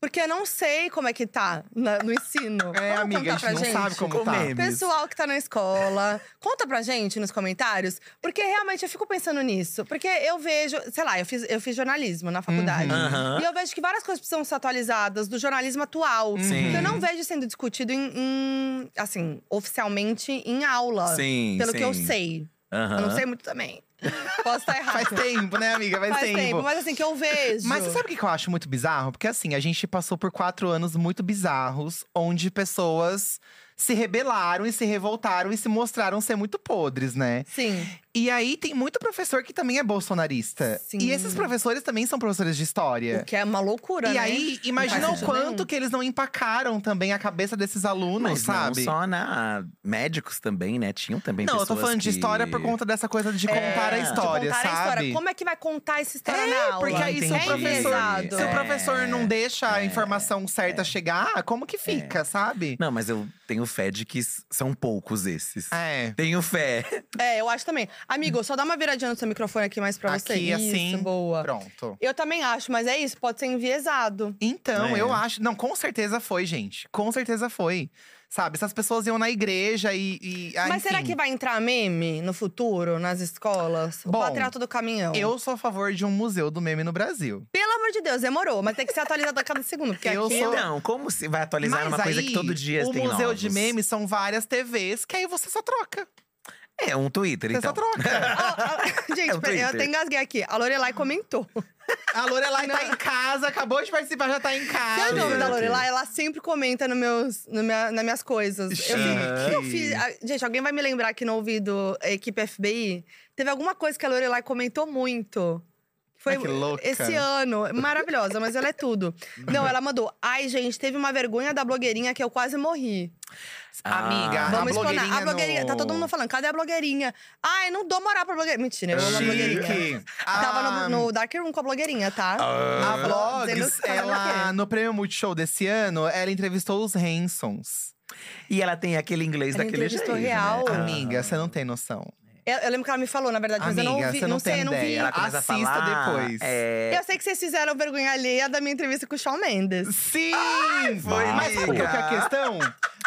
S1: Porque eu não sei como é que tá na- no ensino.
S2: É,
S1: Vamos
S2: amiga, a
S1: contar
S2: gente não
S1: pra
S2: sabe como
S3: Com
S2: tá.
S3: meme. memes.
S1: Pessoal que tá na escola, conta pra gente nos comentários, porque realmente eu fico pensando nisso. Porque eu vejo, sei lá, eu fiz, eu fiz jornalismo na faculdade.
S3: Aham.
S1: E eu vejo que várias coisas precisam ser atualizadas do jornalismo atual.
S3: Sim.
S1: Que eu não vejo sendo discutido em, em, assim, oficialmente em aula.
S3: Sim,
S1: Pelo que eu
S3: sim.
S1: sei.
S3: Aham.
S1: Eu não sei muito também. Posso estar errado.
S2: Faz tempo, né, amiga? Faz,
S1: Faz tempo, mas assim, que eu vejo.
S2: Mas você sabe o que que eu acho muito bizarro? Porque assim, a gente passou por quatro anos muito bizarros, onde pessoas se rebelaram e se revoltaram e se mostraram ser muito podres, né?
S1: Sim.
S2: E aí tem muito professor que também é bolsonarista.
S1: Sim.
S2: E esses professores também são professores
S1: O
S2: de história.
S1: que é uma loucura,
S2: E
S1: né?
S2: aí, imagina
S1: faz
S2: o
S1: sentido
S2: quanto
S1: nenhum.
S2: que eles não empacaram também a cabeça desses alunos,
S3: Mas não
S2: sabe?
S3: só na… Médicos também, né? Tinham também
S2: Não, eu
S3: pessoas
S2: tô falando de
S3: que-
S2: história por conta dessa coisa de contar a
S3: de
S2: história,
S1: É, contar
S2: sabe?
S1: a história. Como é que vai contar essa história na
S2: É,
S1: aula?
S2: porque aí se o
S3: Entendi.
S2: professor,
S1: Pesado.
S2: se o professor não
S3: É,
S2: deixa a
S3: é,
S2: informação certa chegar, como que fica, sabe?
S3: Não, mas eu tenho fé de que s- são poucos esses.
S1: Ah.
S2: É.
S3: Tenho fé.
S1: É, eu acho também. Amigo, só dá uma viradinha no seu microfone aqui mais pra você.
S2: Aqui,
S1: Isso,
S2: assim.
S1: boa.
S2: Pronto.
S1: Eu também acho, mas é isso, pode ser enviesado.
S2: Então,
S3: É.
S2: eu acho. Não, com certeza foi, gente. Com certeza foi. Sabe? Essas pessoas iam na igreja e. e- ah,
S1: mas será
S2: enfim.
S1: que vai entrar meme no futuro, nas escolas?
S2: Bom,
S1: o patriota do caminhão.
S2: Eu sou a favor de um museu do meme no Brasil.
S1: Pelo amor de Deus, demorou, mas tem que ser atualizado a cada segundo, porque
S2: Eu
S1: aqui
S2: sou-
S3: Então, como se vai atualizar
S2: Mas
S3: uma coisa
S2: aí,
S3: que todo dia
S2: o
S3: tem
S2: museu
S3: novos?
S2: de memes são várias TVs que aí você só troca.
S3: É, um Twitter,
S2: Você só
S3: então.
S2: troca.
S1: Gente,
S3: É o
S1: peraí, eu
S3: Twitter.
S1: até engasguei aqui. A Lorelai comentou.
S2: a Lorelai tá em casa, acabou de participar, já tá em
S1: Sabe é o
S2: casa.
S1: nome da
S3: Chique.
S1: Lorelai? Ela sempre comenta no meus, no minha, nas minhas coisas. Eu sei, o que eu
S2: Chique.
S1: fiz? Ah, Gente, alguém vai me lembrar aqui no ouvido a equipe FBI? Teve alguma coisa que a Lorelai comentou muito. Foi
S2: Ai, que louca.
S1: esse ano. Maravilhosa, mas ela é tudo. Não, ela mandou. Ai, gente, teve uma vergonha da blogueirinha que eu quase morri.
S3: Ah,
S2: Amiga, a
S1: Vamos
S2: blogueirinha.
S1: explanar. A blogueirinha, tá todo mundo falando, cadê a blogueirinha? Ai, não dou moral pra blogueirinha. Mentira, eu amo a blogueirinha.
S2: Chique. Ah,
S1: Tava
S2: A-
S1: no, no Dark Room com a blogueirinha, tá?
S3: Ah.
S2: A
S1: Dizendo
S2: Blogs,
S1: que tá fazendo o quê?
S2: ela, no prêmio Multishow desse ano, ela entrevistou os Hansons.
S3: E ela tem aquele inglês
S1: Ela
S3: daquele jeito.
S1: entrevistou real.
S3: Né?
S2: Amiga, você não tem noção.
S1: Eu, eu lembro que ela me falou, na verdade, mas eu não
S2: Amiga,
S1: vi,
S2: você
S1: não
S2: não tem
S1: sei, eu não vi.
S2: ideia.
S3: Ela começa
S2: Assista
S3: a falar,
S2: depois.
S3: É,
S1: Eu sei que vocês fizeram vergonha alheia da minha entrevista com o Shawn Mendes.
S2: Sim!
S3: foi
S2: mas sabe qual que é a
S3: amiga.
S2: questão?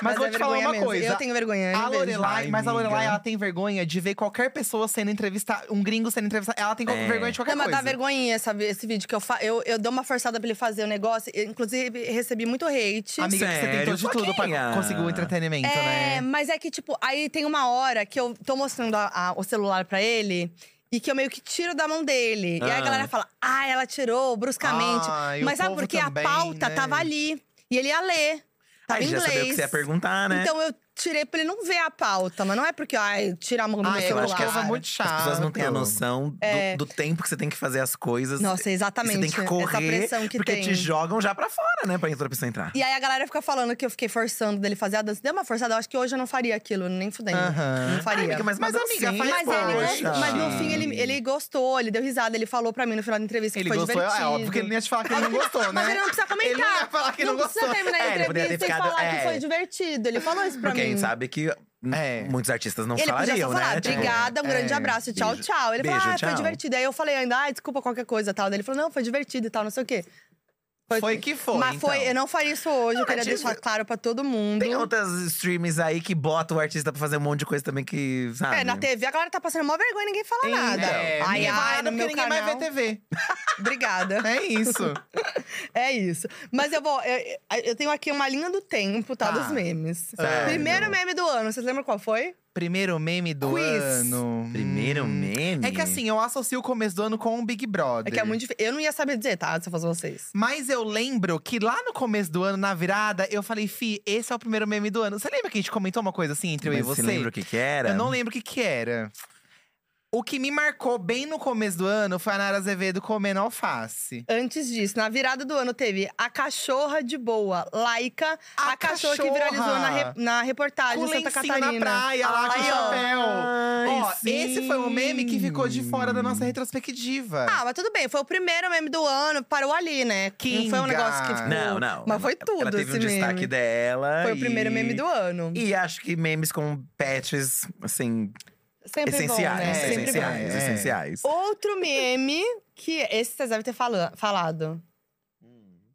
S2: Mas, vou
S1: é
S2: te falar
S1: vergonha
S2: uma
S1: mesmo.
S2: coisa.
S1: Eu tenho vergonha.
S2: A
S1: eu vejo.
S2: Lorelai,
S3: Ai,
S2: mas a Lorelai,
S3: amiga.
S2: ela tem vergonha de ver qualquer pessoa sendo entrevistada, um gringo sendo entrevistado. Ela tem qual-
S3: É.
S2: vergonha de qualquer
S1: Não, mas
S2: coisa.
S1: dá vergonhinha essa, esse vídeo que eu faço. Eu, eu dou uma forçada pra ele fazer o negócio. Eu, inclusive, recebi muito hate.
S2: Amiga, você
S3: Sério,
S2: tentou de tudo pra
S3: Foquinha?
S2: conseguir o entretenimento,
S1: É,
S2: né?
S1: mas é que, tipo, aí tem uma hora que eu tô mostrando a- a- o celular pra ele e que eu meio que tiro da mão dele. E aí a
S3: Ah.
S1: galera fala, ah, ela tirou bruscamente.
S2: Ah, e o
S1: mas sabe
S2: povo
S1: por quê?
S2: também,
S1: a pauta
S2: né?
S1: tava ali. E ele ia ler. Tava
S3: aí
S1: em
S3: já
S1: inglês.
S3: sabia o que você ia
S2: Ah,
S3: perguntar, né?
S1: Então eu tirei pra ele não ver a pauta, mas não é porque, ai, tira a mão do
S2: Ah,
S1: meu
S2: eu
S1: celular.
S2: acho que ela é muito chata.
S3: As pessoas não têm a noção do-
S1: É.
S3: do, tempo que você tem que fazer as coisas.
S1: Nossa,
S3: E
S1: exatamente.
S3: Você tem que
S1: essa
S3: correr,
S1: pressão que
S3: porque
S1: tem.
S3: te jogam já pra fora, né? Pra outra pessoa entrar.
S1: E aí a galera fica falando que eu fiquei forçando dele fazer a dança. Deu uma forçada, eu acho que hoje eu não faria aquilo, nem fudendo.
S2: Aham.
S1: Não faria.
S3: Ai, amiga, mas,
S2: Mas, amiga,
S3: assim,
S2: faz
S1: Mas,
S2: poxa.
S1: ele gostou,
S3: poxa.
S1: mas no fim ele, ele gostou, ele deu risada, ele falou pra mim no final da entrevista que
S2: Ele
S1: foi
S2: gostou,
S1: divertido.
S2: é óbvio que ele não ia te falar que ele não gostou, né?
S1: Mas ele não precisa comentar.
S2: Ele não ia falar que ele não
S1: precisa
S2: gostou.
S1: terminar
S3: É,
S1: a
S3: ele poderia ter
S1: entrevista e
S3: ficado-
S1: falar que
S3: é.
S1: foi divertido. Ele falou isso pra
S3: Porque a
S1: mim.
S3: gente sabe que
S2: É.
S3: muitos artistas não
S1: Ele podia só
S3: falariam,
S1: falar,
S3: né? Tipo,
S1: obrigada, um grande
S2: é,
S1: abraço, tchau,
S3: beijo-
S1: tchau. Ele falou,
S3: beijo,
S1: ah, foi
S3: tchau."
S1: divertido. Aí eu falei ainda, ah, desculpa qualquer coisa e tal. Daí ele falou, não, foi divertido e tal, não sei o quê.
S2: Foi que foi,
S1: Mas foi,
S2: então.
S1: eu não faria isso hoje, eu queria
S3: mas isso-
S1: deixar claro pra todo mundo.
S3: Tem outras streams aí que botam o artista pra fazer um monte de coisa também que, sabe?
S1: É, na TV a galera tá passando mó vergonha e ninguém fala
S2: Então,
S1: nada.
S2: É,
S1: ai,
S2: ninguém
S1: ai,
S2: vai,
S1: no
S2: porque
S1: meu
S2: ninguém
S1: canal.
S2: vai ver TV.
S1: Obrigada.
S2: É isso.
S1: É isso. Mas eu vou. Eu, eu tenho aqui uma linha do tempo, tá?
S2: Tá. É.
S1: Dos memes.
S2: Certo.
S1: Primeiro meme do ano, vocês lembram qual foi?
S2: Primeiro meme do
S1: Quiz.
S2: ano.
S3: Primeiro
S2: Hum.
S3: meme?
S2: É que assim, eu associo o começo do ano com o Big
S1: É
S2: Brother.
S1: que é muito difícil. Eu não ia saber dizer, tá? Se eu fosse vocês.
S2: Mas eu lembro que lá no começo do ano, na virada, eu falei, Fi, esse é o primeiro meme do ano. Você lembra que a gente comentou uma coisa assim entre eu
S3: Mas
S2: e você?
S3: Você lembra o que que era?
S2: Eu não lembro o que que era. O que me marcou bem no começo do ano foi a Nara Azevedo comendo alface.
S1: Antes disso, na virada do ano teve a cachorra de boa, Laika, a,
S2: A
S1: cachorra, que
S2: cachorra!
S1: viralizou na, re- na reportagem
S2: Com
S1: em Ah, Santa
S2: lencinho na
S1: Catarina.
S2: praia, lá com
S1: Ai, ó.
S2: chapéu. Ó,
S3: sim.
S2: esse foi um meme que ficou de fora da nossa retrospectiva.
S1: Ah, mas tudo bem, foi o primeiro meme do ano, parou ali, né? Que Não foi um
S2: Kinga.
S1: negócio que ficou.
S3: Não, não.
S1: Mas foi
S3: Ela-
S1: tudo
S3: Ela teve
S1: esse
S3: um destaque
S1: meme.
S3: dela.
S1: Foi o primeiro
S3: e-
S1: meme do ano.
S3: E acho que memes com patches, assim,
S1: Sempre bom,
S3: essenciais.
S1: né?
S2: É,
S1: Sempre bom.
S3: essenciais,
S2: bom.
S3: essenciais.
S1: Outro meme que esse vocês devem ter fala- falado.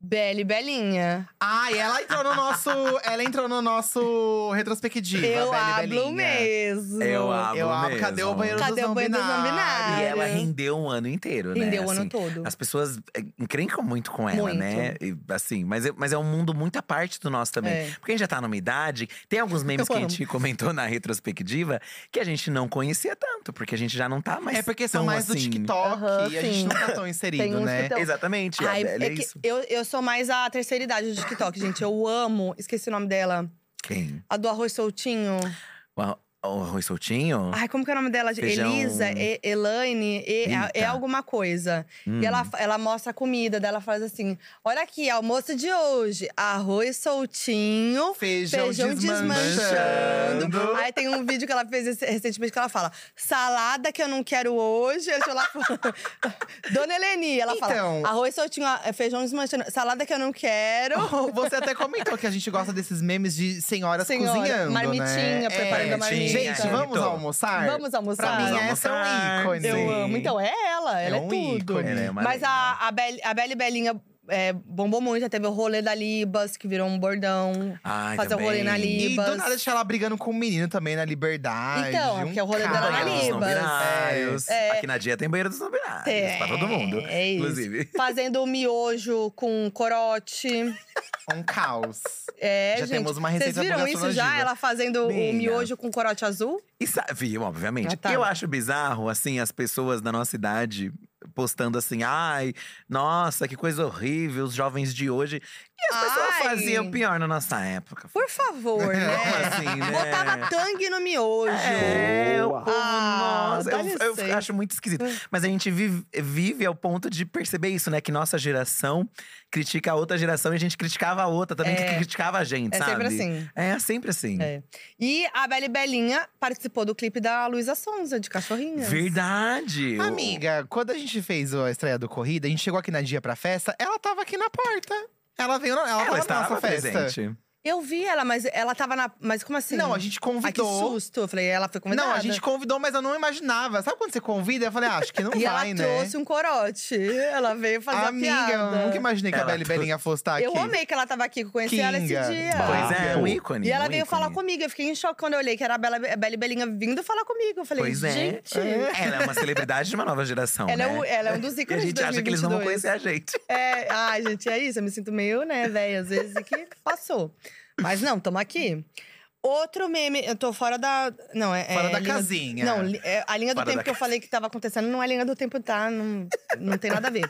S1: Belle Belinha.
S2: Ah, e ela entrou no nosso. ela entrou no nosso retrospectiva.
S1: eu
S2: Belle
S1: abro
S2: Belinha.
S1: mesmo.
S3: Eu abro
S2: É. Eu abro.
S3: mesmo.
S2: Cadê o banheiro
S1: Cadê
S2: dos
S1: o
S2: não
S1: banheiro dos não
S2: binários?
S3: E ela
S1: Cara.
S3: rendeu um ano inteiro, né?
S1: Rendeu o ano
S3: Assim,
S1: todo.
S3: As pessoas é, encrencam muito com ela,
S1: Muito.
S3: né? E, assim, mas é, mas é um mundo muito à parte do nosso também.
S1: É.
S3: Porque a gente já tá numa idade. Tem alguns
S1: Eu
S3: memes que a gente comentou na retrospectiva que a gente não conhecia tanto, porque a gente já não tá mais.
S2: É porque são
S3: tão
S2: mais do
S3: assim.
S1: né?
S2: TikTok
S1: Aham,
S2: e a gente
S1: sim.
S2: não tá tão
S1: Tem
S2: inserido,
S1: uns
S2: né?
S1: que tão-
S3: Exatamente,
S1: Então, Ai,
S3: a Belle é,
S1: que
S3: isso.
S1: eu, eu sou mais a terceira idade do TikTok, gente. Eu amo. Esqueci o nome dela.
S3: Quem?
S1: A do arroz soltinho.
S3: O, arro- o arroz soltinho?
S1: Ai, como que é o nome dela? gente?
S3: Feijão.
S1: Elisa, E- Elaine, E- é- é,
S3: Eita.
S1: alguma coisa.
S3: Hum.
S1: E ela, ela mostra a comida dela, ela faz assim: olha aqui, almoço de hoje. Arroz soltinho,
S2: Feijão,
S1: feijão desmanchando.
S2: desmanchando.
S1: Aí tem um vídeo que ela fez esse- recentemente que ela fala: salada que eu não quero hoje. Eu lá, Dona Eleni, ela
S2: Então.
S1: fala: arroz soltinho, a- feijão desmanchando, salada que eu não quero.
S2: Você até comentou que a gente gosta desses memes de senhoras
S1: Senhora,
S2: cozinhando,
S1: marmitinha,
S2: né?
S1: preparando
S3: a marmita.
S2: Gente, vamos
S3: Marmitou.
S2: almoçar?
S1: Vamos almoçar?
S2: Pra mim,
S3: Vamos
S2: essa é
S3: almoçar.
S2: um ícone.
S1: Eu
S3: Sim.
S1: amo. Então, é ela,
S2: É
S1: ela é,
S2: um
S1: tudo.
S2: ícone.
S3: Ela é uma
S1: Mas
S3: lenda.
S1: a, a, Belle, a Belle Belinha é, bombou muito, teve o rolê da Libas, que virou um bordão.
S3: Ai,
S1: fazer o
S3: também.
S1: rolê na linha.
S2: E do
S1: Ibas.
S2: nada deixar ela brigando com o menino também na liberdade.
S1: Então,
S2: um
S1: porque o rolê dela
S2: caos.
S1: na
S3: Banheiro dos não
S1: Libas.
S3: binários.
S1: É.
S3: Aqui na Dia tem banheiro dos não binários.
S1: É,
S3: Pra todo mundo.
S1: é isso.
S3: Inclusive.
S1: Fazendo o miojo com corote.
S2: Um caos.
S1: É,
S2: Já
S1: gente,
S2: temos uma receita
S1: Vocês viram
S2: boa da
S1: isso já?
S2: Solangiva.
S1: Ela fazendo o
S3: Menina.
S1: miojo com corote azul?
S3: E sabe, obviamente.
S1: Ah, tá.
S3: Eu acho bizarro, assim, as pessoas da nossa idade postando assim, ai, nossa, que coisa horrível, os jovens de hoje. E as pessoas
S1: Ai.
S3: faziam pior na nossa época.
S1: Por favor,
S3: Como
S1: né?
S3: assim, né?
S1: Botava tangue no miojo.
S3: É, o
S4: Boa.
S3: povo,
S1: Ah,
S3: nossa,
S1: dá
S3: eu, eu
S1: licença. Ah.
S3: acho muito esquisito. Mas a gente vive, vive ao ponto de perceber isso, né? Que nossa geração critica a outra geração e a gente criticava a outra também,
S1: É.
S3: que criticava a gente,
S1: É
S3: sabe?
S1: sempre assim.
S3: É sempre assim.
S1: É. E a Belle Belinha participou do clipe da Luísa Sonza, de Cachorrinhas.
S3: Verdade! O-
S2: Amiga, quando a gente fez a estreia do Corrida, a gente chegou aqui na dia pra festa, ela tava aqui na porta. Ela veio, na- ela,
S3: Ela
S2: tava na
S3: estava
S2: nossa festa.
S3: presente.
S1: Eu vi ela, mas ela tava na. Mas como assim?
S2: Não, a
S1: Ai,
S2: gente
S1: que
S2: convidou.
S1: susto. Eu falei, ela foi convidada.
S2: não, a gente convidou, mas eu não imaginava. Sabe quando você convida? Eu falei, ah, acho que não
S1: E ela
S2: vai, né?
S1: trouxe um corote. Ela veio fazer a
S2: Amiga,
S1: piada.
S2: eu nunca imaginei que
S3: Ela
S2: a Beli
S3: trouxe-
S2: Belinha fosse estar aqui.
S1: Eu amei que ela tava aqui, que eu conheci ela esse
S2: Kinga.
S1: dia.
S2: Bah.
S3: Ah, Pois é, um ícone.
S1: E ela
S3: um
S1: veio falar
S3: ícone.
S1: comigo. Eu fiquei em choque quando eu olhei que era a Bela, a Bela Belinha vindo falar comigo. Eu falei,
S3: Pois é.
S1: gente.
S3: Ela é uma celebridade de uma nova geração.
S1: Ela, é
S3: né?
S1: o- ela é um dos
S3: E a
S1: ícones de
S3: gente
S1: 2022.
S3: acha que eles não vão conhecer a gente.
S1: É, ai, gente, é isso. Eu me sinto meio, né, velha, às vezes é que passou. Mas não, tamo aqui. Outro meme, eu tô fora da. Não, é.
S2: Fora
S1: é
S2: da
S1: linha-
S2: casinha.
S1: Não, li- é, a linha do
S3: Fora
S1: tempo
S3: da
S1: que eu falei que tava acontecendo não é linha do tempo, tá? Não, não tem nada a ver.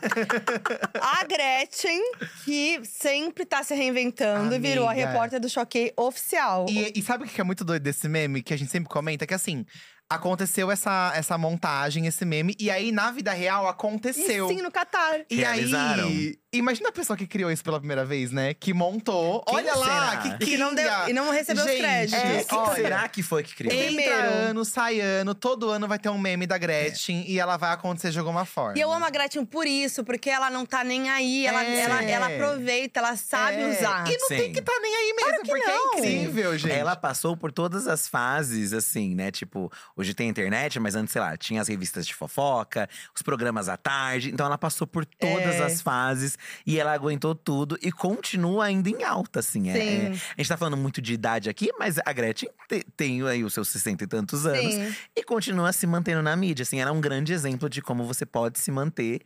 S1: A Gretchen, que sempre tá se reinventando, e virou a
S2: Amiga.
S1: repórter do Choquei oficial.
S2: E, e sabe o que é muito doido desse meme? Que a gente sempre comenta que assim… Aconteceu essa, essa montagem, esse meme. E aí, na vida real,
S1: E
S2: aconteceu.
S1: sim, no Catar.
S2: E
S3: Realizaram.
S2: aí, imagina a pessoa que criou isso pela primeira vez, né? Que montou.
S3: Quem
S2: olha lá,
S3: será?
S2: que
S1: E que não, deu,
S2: Kinga.
S1: e não recebeu os
S2: Gente,
S1: créditos.
S2: É,
S3: Quem
S2: olha.
S3: será que foi que criou?
S1: Ei,
S2: Entra
S1: Primeiro.
S2: ano, sai ano, todo ano vai ter um meme da Gretchen e ela vai acontecer de alguma
S3: é.
S2: forma.
S1: É. E eu amo a Gretchen por isso, porque ela não tá nem aí, ela,
S2: É.
S1: ela, ela aproveita, ela sabe
S2: É,
S1: usar.
S2: E não tem
S3: Sim.
S2: que tá nem aí mesmo,
S1: que
S2: porque
S1: não.
S2: é incrível, gente.
S3: Ela passou por todas as fases, assim, né? Tipo, hoje tem internet, mas antes, sei lá, tinha as revistas de fofoca, os programas à tarde. Então ela passou por todas
S1: É.
S3: as fases e ela aguentou tudo e continua ainda em alta, assim. É,
S1: Sim.
S3: é- a gente tá falando muito de idade aqui, mas a Gretchen te- tem aí os seus 60 e tantos anos
S1: Sim.
S3: e continua se mantendo na mídia. Assim, ela é um grande exemplo de como você pode se manter.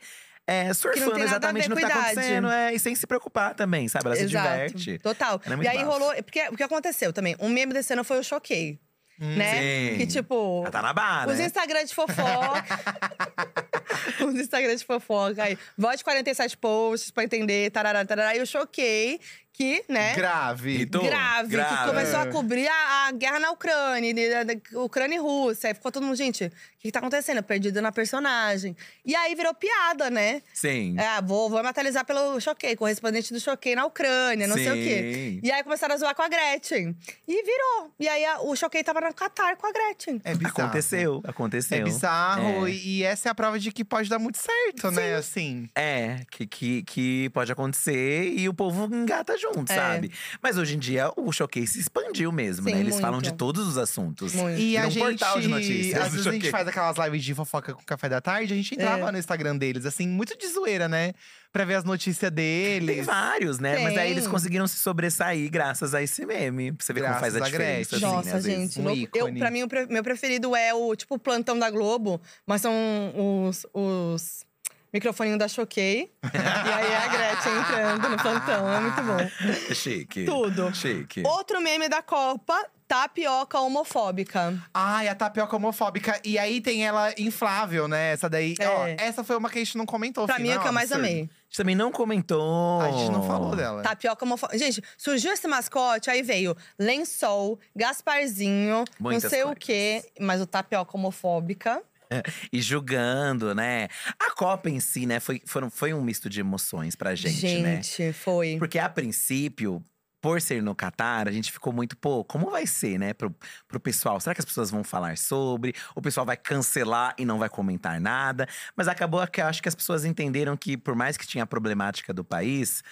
S3: é, surfando
S1: tem nada a ver
S3: exatamente no que
S1: com
S3: tá
S1: idade.
S3: acontecendo, é, e sem se preocupar também, sabe? Ela
S1: Exato.
S3: se diverte.
S1: Total.
S3: Ela é
S1: e
S3: muito
S1: aí
S3: bafo.
S1: rolou. Porque o que aconteceu também? Um meme desse ano foi o Choquei. né?
S3: Hum, sim.
S1: Que tipo.
S3: Ela tá na barra.
S1: Os
S3: né?
S1: Instagram de fofoca. Os Instagram de fofoca. Aí, voz 47 posts pra entender, tarará, tarará. E eu choquei que, né?
S2: É Grave.
S3: Então-
S1: grave, que
S3: grave.
S1: começou a
S2: É.
S1: cobrir a, a guerra na Ucrânia, né, da- da- Ucrânia e Rússia. Aí ficou todo mundo, gente, o que, que tá acontecendo? Perdido na personagem. E aí virou piada, né?
S3: Sim.
S1: Ah, vou, vou matalizar pelo Choquei, correspondente do Choquei na Ucrânia, não sei o quê.
S3: Sim.
S1: E aí começaram a zoar com a Gretchen. E virou. E aí a- o Choquei tava no Catar com a Gretchen.
S2: É bizarro.
S3: Aconteceu, aconteceu.
S2: É bizarro.
S3: É.
S2: E, e essa é a prova de que pode dar muito certo, né? Assim.
S3: É, que, que, que pode acontecer e o povo engata junto,
S1: É.
S3: sabe? Mas hoje em dia o showcase se expandiu mesmo,
S1: Sim,
S3: né? Eles
S1: muito.
S3: falam de todos os assuntos.
S1: Muito.
S2: E a
S3: Virou um
S2: gente.
S3: portal de notícias,
S2: Às vezes a gente
S3: choquei.
S2: faz aquelas lives de fofoca com café da tarde, a gente entrava no Instagram deles, assim, muito de zoeira, né? Pra ver as notícias
S3: Tem
S2: deles.
S3: vários, né? Mas aí eles
S1: Tem.
S3: conseguiram se sobressair graças a esse meme. Pra você ver como
S2: Graças
S3: faz a
S2: a
S3: diferença,
S2: Gretchen.
S3: assim, né?
S1: Nossa,
S3: às vezes.
S1: gente.
S2: um
S1: louco. eu,
S2: ícone.
S1: pra mim, o pre- meu preferido é o tipo o plantão da Globo, mas são os. os microfoninhos da Choquei. e aí é a Gretchen entrando no plantão. É muito bom.
S3: Chique.
S1: Tudo.
S3: Chique.
S1: Outro meme da Copa: tapioca homofóbica.
S2: Ai, a tapioca homofóbica. E aí tem ela inflável, né? Essa daí.
S1: É.
S2: Ó, essa foi uma que a gente não comentou.
S1: pra mim é o
S2: final,
S1: que eu mais
S2: absurdo.
S1: amei. Tá,
S3: A gente também não comentou.
S2: A gente não falou
S3: Oh.
S2: dela.
S1: Tapioca homofóbica. Gente, surgiu esse mascote, aí veio Lençol, Gasparzinho, não
S3: Muitas
S1: sei o
S3: coisas.
S1: quê. Mas o tapioca homofóbica.
S3: e julgando, né? A Copa em si, né, foi, foram, foi um misto de emoções pra gente, né?
S1: Gente, foi.
S3: Porque a princípio, por ser no Catar, a gente ficou muito, pô, como vai ser, né, pro, pro pessoal? Será que as pessoas vão falar sobre? O pessoal vai cancelar e não vai comentar nada? Mas acabou que eu acho que as pessoas entenderam que, por mais que tinha a problemática do país.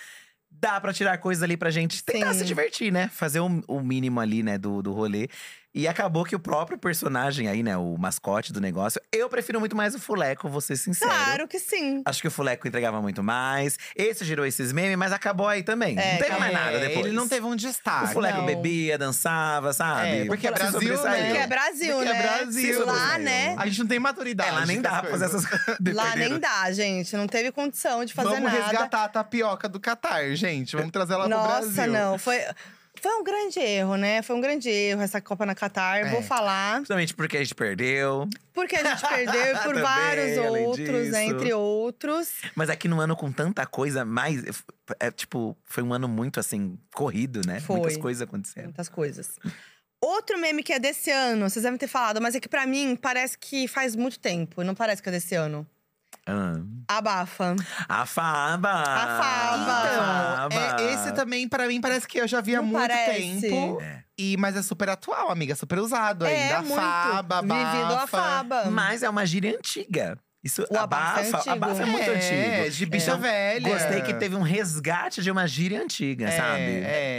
S3: Dá pra tirar coisas ali pra gente tentar
S1: Sim.
S3: se divertir, né? Fazer o, o mínimo ali, né, do, do rolê. E acabou que o próprio personagem aí, né, o mascote do negócio… Eu prefiro muito mais o Fuleco, vou ser sincero.
S1: Claro que sim.
S3: Acho que o Fuleco entregava muito mais. Esse gerou esses memes, mas acabou aí também.
S1: É,
S3: não teve mais
S2: É,
S3: nada depois.
S2: Ele não teve um
S3: O
S2: destaque.
S3: Fuleco
S1: não.
S3: bebia, dançava, sabe?
S2: É, porque é
S3: Se
S2: Brasil,
S3: sobressaiu.
S2: né?
S1: Porque é Brasil,
S2: Porque é
S1: né?
S2: Brasil.
S1: Se Lá, né?
S2: A gente não tem maturidade.
S3: É, lá nem
S2: com as
S3: dá pra fazer
S2: coisas.
S3: essas coisas.
S1: Lá nem
S3: dependendo.
S1: dá, gente. Não teve condição de fazer
S2: Vamos
S1: nada.
S2: resgatar a tapioca do Catar, gente. Vamos trazer ela pro
S1: Nossa,
S2: Brasil.
S1: não. Foi, foi um grande erro, né? Foi um grande erro essa Copa na Qatar.
S2: É.
S1: Vou falar.
S3: Principalmente porque a gente perdeu.
S1: Porque a gente perdeu e por
S3: Também,
S1: vários
S3: além
S1: outros, né?
S3: disso.
S1: Entre outros.
S3: Mas aqui num ano com tanta coisa, mais. É, tipo, foi um ano muito assim, corrido, né?
S1: Foi.
S3: Muitas coisas acontecendo.
S1: Muitas coisas. Outro meme que é desse ano, vocês devem ter falado, mas é que pra mim parece que faz muito tempo. Não parece que é desse ano.
S3: Ah.
S1: Abafa.
S3: A Faba!
S1: A Faba.
S3: A Faba.
S2: É, esse também, pra mim, parece que eu já vi há
S1: Não
S2: muito
S1: parece.
S2: tempo.
S3: É.
S2: E, mas é super atual, amiga. Super usado
S1: é
S2: ainda.
S1: muito.
S2: Faba,
S1: Vivido a
S2: bafa.
S1: faba.
S3: Mas é uma gíria antiga. Isso
S1: O abafa é
S3: abafa.
S1: antigo.
S3: abafa é muito
S2: é,
S3: antigo.
S2: de bicha velha.
S1: é.
S3: Gostei que teve um resgate de uma gíria antiga,
S2: É,
S3: sabe?
S2: é.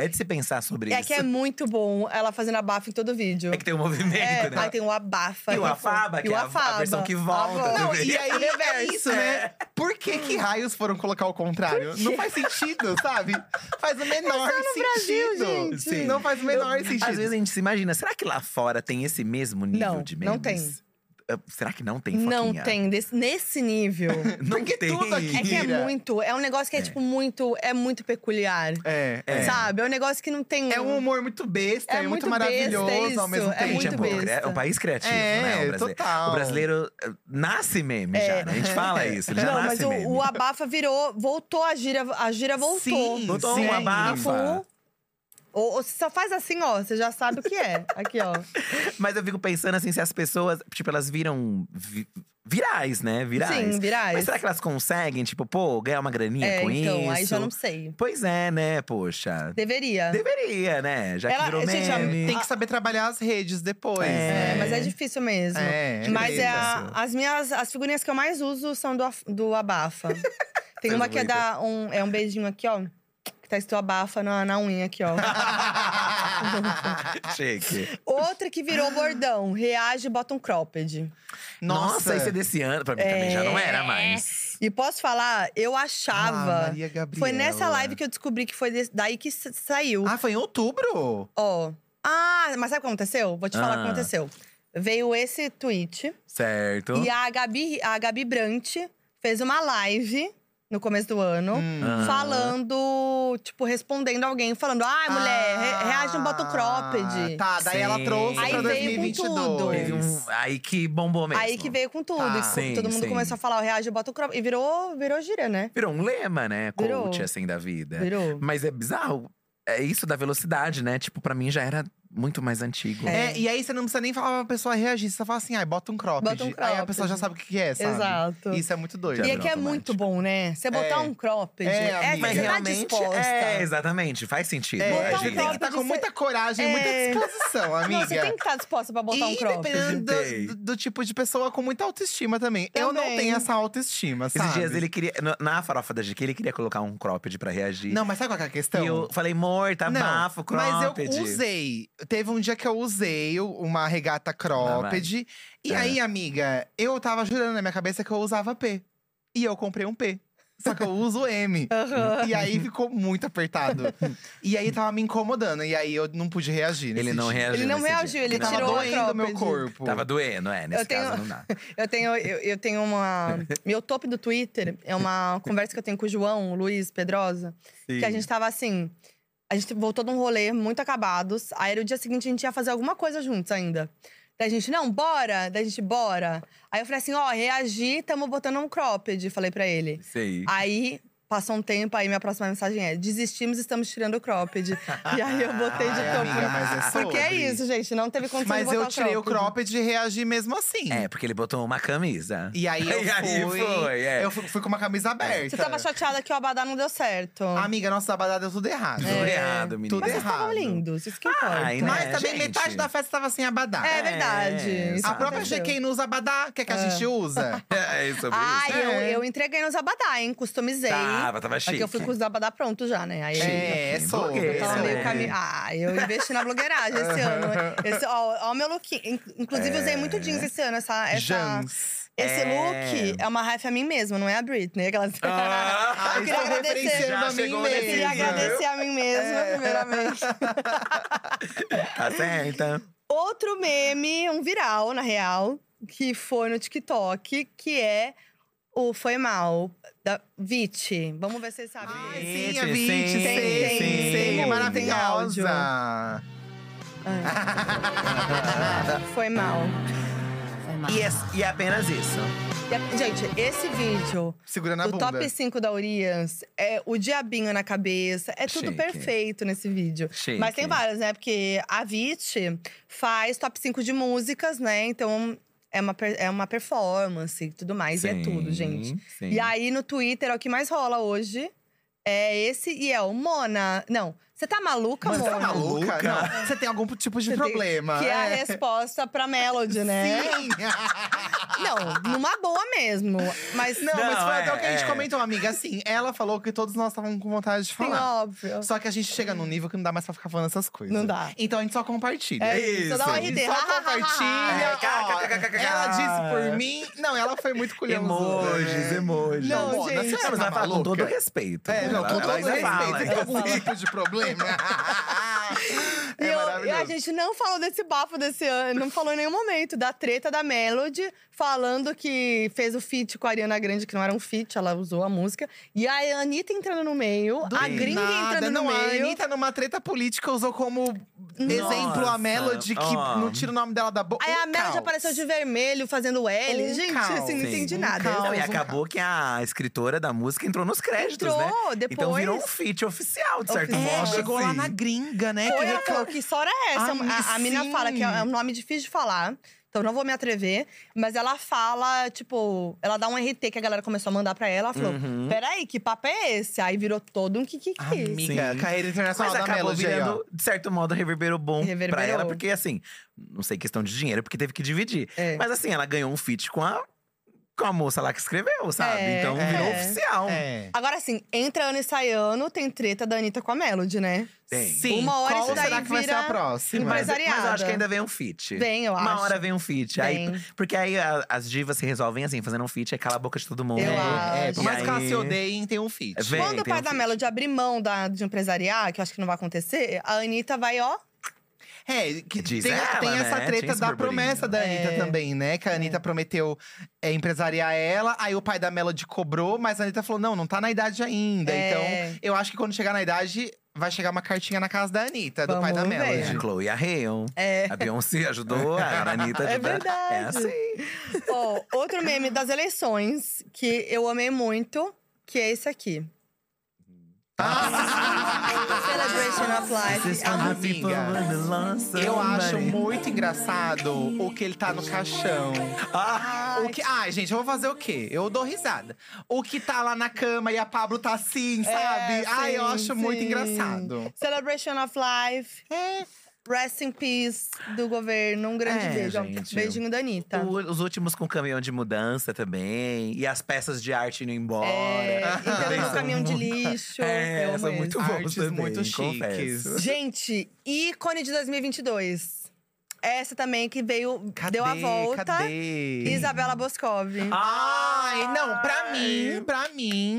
S3: É, é de se pensar sobre
S1: É
S3: isso.
S1: que é muito bom ela fazendo abafo em todo vídeo.
S3: É que tem um movimento,
S1: É,
S3: né?
S1: aí tem o abafa.
S3: E o afaba, que é a- a versão que volta
S1: Afaba.
S2: Não,
S3: também.
S2: e aí é
S1: Reverso.
S2: isso, né? Por que que raios foram colocar o contrário? Não faz sentido, sabe? Faz o menor sentido.
S3: gente.
S2: Não faz o menor sentido.
S3: Às vezes a gente se imagina, será que lá fora tem esse mesmo nível
S1: Não,
S3: de memes?
S1: não
S3: Eh, Será que não tem,
S1: Não
S3: Foquinha?
S1: tem, desse- nesse nível.
S3: Não
S2: Porque
S3: tem.
S2: tudo aqui-
S1: é que é
S2: Mira.
S1: muito. É um negócio que é, tipo, muito. É muito peculiar.
S2: É, é.
S1: Sabe? É um negócio que não tem.
S2: É um humor muito besta,
S1: É
S2: é, muito,
S1: muito
S2: maravilhoso
S1: besta
S2: ao mesmo
S1: isso,
S2: tempo.
S1: é muito
S3: Gente, pouco
S1: besta.
S3: cri- é um país criativo,
S2: É,
S3: né? O brasileiro.
S2: total.
S3: O brasileiro eh, nasce meme já, né? A gente fala isso, ele já
S1: É. Não, mas
S3: nasce
S1: o,
S3: meme.
S1: o abafa virou. Voltou a gira. A gira voltou.
S2: Sim,
S3: Botou
S2: sim.
S3: um abafa.
S1: Tipo, ou, ou você só faz assim, ó. Você já sabe o que é. Aqui, ó.
S3: Mas eu fico pensando assim, se as pessoas, tipo, elas viram vi- virais, né? Virais.
S1: Sim, virais.
S3: Mas será que elas conseguem, tipo, pô, ganhar uma graninha
S1: Ah, é,
S3: com
S1: então,
S3: isso?
S1: aí já não sei.
S3: Pois é, né, poxa.
S1: Deveria.
S3: Deveria, né? Já
S1: Ela-
S3: que virou
S1: gente, a-
S3: meme.
S2: Tem que saber trabalhar as redes depois. né?
S1: É,
S3: É.
S1: mas é difícil mesmo.
S2: É, é
S1: mas é
S3: difícil.
S1: a- as minhas as figurinhas que eu mais uso são do, af- do abafa. Tem
S3: Coisa
S1: uma que é
S3: bonita.
S1: da um é um beijinho aqui, ó. Que tá escrito abafa na, na unha aqui, ó. Ah,
S3: Chique.
S1: Outra que virou bordão, reage bota um cropped.
S3: Nossa,
S2: Nossa,
S3: isso é desse ano. Pra mim também já não
S1: É.
S3: era mais.
S1: E posso falar, eu
S2: Ah,
S1: achava.
S2: Maria Gabriela.
S1: foi nessa live que eu descobri que foi desse- daí que sa- saiu.
S2: Ah, foi em outubro?
S1: Ó. Ah, mas sabe o que aconteceu? Vou te falar o que
S3: Ah.
S1: aconteceu. Veio esse tweet.
S3: Certo.
S1: E a Gabi, a Gabi Brant fez uma live no começo do ano.
S2: Hum.
S3: Ah.
S1: Falando, tipo, respondendo alguém, falando: ai, mulher,
S2: Ah,
S1: re- reage no bota cropped.
S2: Tá, daí ela
S3: Sim.
S2: trouxe
S3: Aí
S1: veio com
S2: pra 2022.
S1: tudo.
S3: Teve um- aí que bombou mesmo.
S1: Aí que veio com tudo.
S2: Tá.
S1: e co-
S3: Sim,
S1: todo mundo
S3: sim.
S1: começou a falar: ó, reage bota cropped. E virou, virou gíria, né?
S3: Virou um lema, né? Coach,
S1: Virou.
S3: assim, da vida.
S1: Virou.
S3: Mas é bizarro. É isso da velocidade, né? Tipo, pra mim já era muito mais antigo.
S1: É.
S2: É, e aí você não precisa nem falar pra pessoa reagir. Você só fala assim, ai, bota um cropped.
S1: Bota um
S2: Aí a
S1: cropped.
S2: pessoa já sabe o que que é, sabe?
S1: Exato.
S2: Isso é muito doido.
S1: E
S3: Já
S1: é que é
S3: virou
S1: muito
S3: automático.
S1: bom, né? Você botar
S2: É.
S1: um cropped.
S2: É,
S1: É, que
S2: amiga.
S3: Mas
S1: você tá
S3: realmente.
S1: disposta.
S3: é, exatamente. Faz sentido.
S2: É,
S1: Botar
S2: a
S1: um
S2: gente tem que
S1: cropped
S2: estar com
S1: você-
S2: muita coragem,
S1: É.
S2: muita disposição, amiga.
S1: Não, você tem que estar disposta pra botar
S2: e
S1: um cropped.
S2: dependendo
S3: Tem.
S2: do, do tipo de pessoa, com muita autoestima também. Eu não
S1: Também.
S2: tenho essa autoestima, sabe?
S3: Esses dias ele queria. no- Na farofa da GQ, ele queria colocar um cropped pra reagir.
S2: Não, mas sabe qual que é a questão?
S3: E
S1: então.
S3: eu falei, amor, tá
S2: Não,
S3: bafo, cropped.
S2: Mas eu usei. Teve um dia que eu usei o- uma regata cropped. E
S3: É.
S2: aí, amiga, eu tava jurando na minha cabeça que eu usava P. E eu comprei um P. Só que eu uso M.
S1: Aham.
S2: E aí ficou muito apertado. e aí tava me incomodando. E aí eu não pude reagir. nesse
S3: Ele não
S2: dia.
S3: reagiu.
S1: Ele não
S3: nesse
S1: reagiu,
S3: dia.
S1: ele
S3: Não.
S2: Tava
S1: tirou a
S2: doendo meu
S1: cropped.
S2: corpo.
S3: Tava doendo, é. Nesse
S1: Eu tenho-
S3: caso não dá.
S1: Eu tenho, eu, eu tenho uma. Meu top do Twitter é uma conversa que eu tenho com o João, o Luiz Pedrosa, que a gente tava assim. A gente voltou de um rolê muito acabados. Aí no dia seguinte a gente ia fazer alguma coisa juntos ainda. Daí a gente, não, bora! Daí a gente, bora! Aí eu falei assim, ó, reagir, tamo botando um cropped, falei pra ele.
S3: Sei.
S1: Aí passou um tempo, aí minha próxima mensagem é: desistimos, estamos tirando o cropped. e aí eu botei de
S2: Ai,
S1: topo.
S2: amiga, mas é
S1: Porque é
S2: sobre.
S1: isso, gente, não teve condição de
S2: Mas
S1: botar
S2: eu tirei o
S1: cropped.
S2: cropped e reagi mesmo assim.
S3: É, porque ele botou uma camisa.
S2: E aí eu
S3: E aí
S2: fui.
S3: foi, é.
S2: Eu fui, fui com uma camisa aberta.
S1: Você tava chateada que o Abadá não deu certo.
S2: Amiga, nossa abadá deu tudo errado.
S3: Tudo errado, menino.
S2: Tudo
S1: É. Mas vocês estavam
S2: errado.
S1: lindos, isso que importa.
S3: Ai, né?
S2: Mas
S3: É,
S2: também
S3: gente.
S2: metade da festa tava sem abadá.
S1: É Ah. verdade.
S3: É,
S1: isso
S2: a
S3: sabe?
S2: própria
S1: aconteceu.
S2: GK não usa abadá, que é que a gente usa.
S3: É sobre
S1: Ai,
S3: isso.
S1: eu,
S2: É.
S1: eu entreguei nos Abadá, hein? Customizei.
S3: Tava, tava
S1: Porque
S3: chique.
S1: É eu fui com os Abadá pronto já, né? Aí
S2: É, é
S3: Sim,
S2: sobre.
S3: blogueira,
S1: eu tava
S3: esse,
S1: meio
S3: né?
S1: caminho. Ah, eu investi na blogueiragem esse ano. Esse, ó, ó o meu look. In- Inclusive, usei muito jeans esse ano. Essa, essa-
S2: Jans.
S1: Esse
S3: É.
S1: look é uma raiva a mim mesma, não é a Britney. Aquelas...
S3: Ah,
S1: eu queria
S2: estou
S1: agradecer.
S2: é referenciando
S3: Já
S2: a mim
S3: chegou nesse É.
S1: Eu queria
S3: nível, viu?
S2: mesma.
S1: agradecer a mim mesma, primeiramente.
S3: Tá certa.
S1: Outro meme, um viral, na real, que foi no TikTok, que é o Foi Mal, da Vit. Vamos ver se vocês sabem.
S2: Ai,
S1: esse.
S2: sim,
S3: Sim,
S2: a 20,
S3: sim,
S2: sim,
S1: tem, tem,
S2: sim, sim,
S1: tem
S2: é
S1: áudio.
S2: maravilhosa.
S1: Foi Mal.
S3: E, é- e é apenas isso.
S1: E a- Gente, esse vídeo
S2: Segurando a
S1: do
S2: bunda.
S1: top 5 da Urias, é o diabinho na cabeça, é tudo
S3: Chique.
S1: perfeito nesse vídeo.
S3: Chique.
S1: Mas tem várias, né? Porque a Vit faz top 5 de músicas, né? Então é uma, per- é uma performance e tudo mais, e é tudo, gente.
S3: Sim.
S1: E aí no Twitter, é o que mais rola hoje é esse e é o Mona. Não, você tá maluca,
S2: Mas você
S1: Mona? é
S2: tá maluca? Não, você tem algum tipo de
S1: Você tem-
S2: problema.
S1: Que é a
S2: é.
S1: resposta pra Melody, né?
S2: Sim.
S1: Não, numa boa mesmo. Mas
S2: Não, mas foi
S3: é,
S2: até o que a gente
S3: é.
S2: comentou, amiga. Assim, ela falou que todos nós estávamos com vontade de
S1: sim,
S2: falar.
S1: óbvio.
S2: Só que a gente chega num nível que não dá mais pra ficar falando essas coisas.
S1: Não dá.
S2: Então a gente só compartilha.
S1: É
S3: isso.
S1: isso, dá uma RD.
S2: Só compartilha.
S3: É, cá,
S2: ó,
S3: cá, cá, cá, cá, cá.
S2: ela disse por mim. Não, ela foi muito culhãozuda.
S3: Emojis,
S2: né?
S3: emojis.
S1: É. Não,
S2: Mona,
S1: gente.
S2: você
S3: Não, mas
S2: tá
S3: ela fala com
S2: maluca?
S3: todo respeito.
S2: É, não,
S3: Ela-
S2: com todo
S3: ela
S2: respeito.
S3: ainda fala,
S2: Tem
S1: então
S3: ela
S2: algum
S3: fala.
S2: tipo de problema.
S1: E eu-
S2: é
S1: e a
S2: maravilhoso.
S1: gente não falou desse bafo desse ano, não falou em nenhum momento da treta da Melody, falando que fez o feat com a Ariana Grande, que não era um feat, ela usou a música. E a Anitta entrando no meio, a gringa
S2: Nada,
S1: entrando
S2: não,
S1: no
S2: A
S1: meio.
S2: Anitta, numa treta política, usou como exemplo
S3: Nossa,
S2: a Melody, que
S3: ó.
S2: não tira o nome dela da boca.
S1: Aí
S2: Um
S1: a Melody
S2: caos.
S1: apareceu de vermelho, fazendo L.
S2: Um
S1: gente,
S2: caos.
S1: assim, não
S3: Sim,
S1: entendi
S2: um
S1: nada.
S2: caos.
S3: Não, e
S2: Vamos,
S3: acabou que a escritora da música entrou nos créditos,
S1: Entrou,
S3: né?
S1: depois.
S3: Então virou um feat oficial, de certo
S1: Oficial.
S2: É,
S3: modo.
S2: chegou lá
S3: assim.
S2: na gringa, né?
S1: Foi,
S2: que
S1: ela
S3: um
S2: recla-
S1: falou que história é essa.
S2: Ah,
S1: A, a mina
S2: sim.
S1: fala que é um nome difícil de falar, então não vou me atrever. Mas ela fala, tipo, ela dá um RT que a galera começou a mandar pra ela. Ela falou:
S3: Uhum.
S1: peraí, que papo é esse? Aí virou todo um kikiki.
S2: Amiga,
S3: Sim.
S2: carreira internacional
S3: Mas
S2: da
S3: acabou
S2: Melody aí, ó.
S3: virando, de certo modo, reverberou bom pra
S1: Reverberou.
S3: ela. Porque assim, não sei questão de dinheiro, porque teve que dividir.
S1: É.
S3: Mas assim, ela ganhou um feat com a, com a moça lá que escreveu, sabe?
S1: É,
S3: então virou
S1: é.
S3: oficial.
S2: É.
S1: Agora assim, entre ano e sai ano, tem treta da Anitta com a Melody, né?
S3: Tem.
S2: Sim,
S1: Uma hora
S2: qual
S1: isso daí
S2: será que vai ser
S1: vira
S2: a próxima?
S3: Mas, mas eu
S1: Empresariada.
S3: acho que ainda vem um feat.
S1: Vem, eu
S3: Uma
S1: acho.
S3: hora vem um feat. Aí,
S1: Vem.
S3: porque aí a- as divas se resolvem assim, fazendo um feat, aí cala a boca de todo mundo.
S1: Eu
S2: É, é, por
S1: acho.
S2: mais que elas
S3: aí-
S2: se odeiem, tem um feat.
S3: Vem,
S1: Quando o
S3: tem
S1: pai
S3: um
S1: da
S3: feat.
S1: Melody abrir mão da, de empresariar, que eu acho que não vai acontecer, a Anitta vai, ó,
S2: É, que
S3: Diz
S2: tem,
S3: ela,
S2: tem
S3: né?
S2: essa
S3: Tinha
S2: treta
S3: esse
S2: da
S3: burburinho.
S2: promessa da Anitta
S1: É.
S2: também, né? Que a Anitta prometeu é, empresariar ela, aí o pai da Melody cobrou, mas a Anitta falou: não, não tá na idade ainda.
S1: É.
S2: Então, eu acho que quando chegar na idade, vai chegar uma cartinha na casa da Anitta, do pai da
S1: Vamos ver.
S2: Melody.
S3: É, A Chloe e a Rion.
S1: É.
S3: A Beyoncé ajudou, a Anitta
S1: É
S3: ajuda.
S1: verdade.
S3: É assim.
S1: Ó, outro meme das eleições que eu amei muito, que é esse aqui. Celebration of Life. É um-
S2: Amiga, eu acho muito engraçado o que ele tá no caixão.
S3: Ah,
S2: O que, ai, gente, eu vou fazer o quê? Eu dou risada. O que tá lá na cama e a Pablo tá assim, sabe? ai, eu
S1: É, sim,
S2: acho muito
S1: sim.
S2: engraçado.
S1: Celebration of Life. Rest in Peace do governo. Um grande
S3: É,
S1: beijo.
S3: gente.
S1: Beijinho da Anitta.
S3: O- Os últimos com caminhão de mudança também. E as peças de arte indo embora.
S1: É,
S2: um
S3: Também
S1: entrando no
S3: são
S1: caminhão de
S3: muito-
S1: lixo.
S3: É,
S1: eu amo
S3: são
S1: esse.
S3: muito bons
S2: Artes
S3: também,
S2: muito
S3: confesso.
S2: chiques.
S1: Gente, ícone de 2022. Essa também que veio, deu a volta.
S2: Cadê?
S1: Isabela Boscovi.
S3: Ah,
S2: Ai, não, pra mim, pra mim,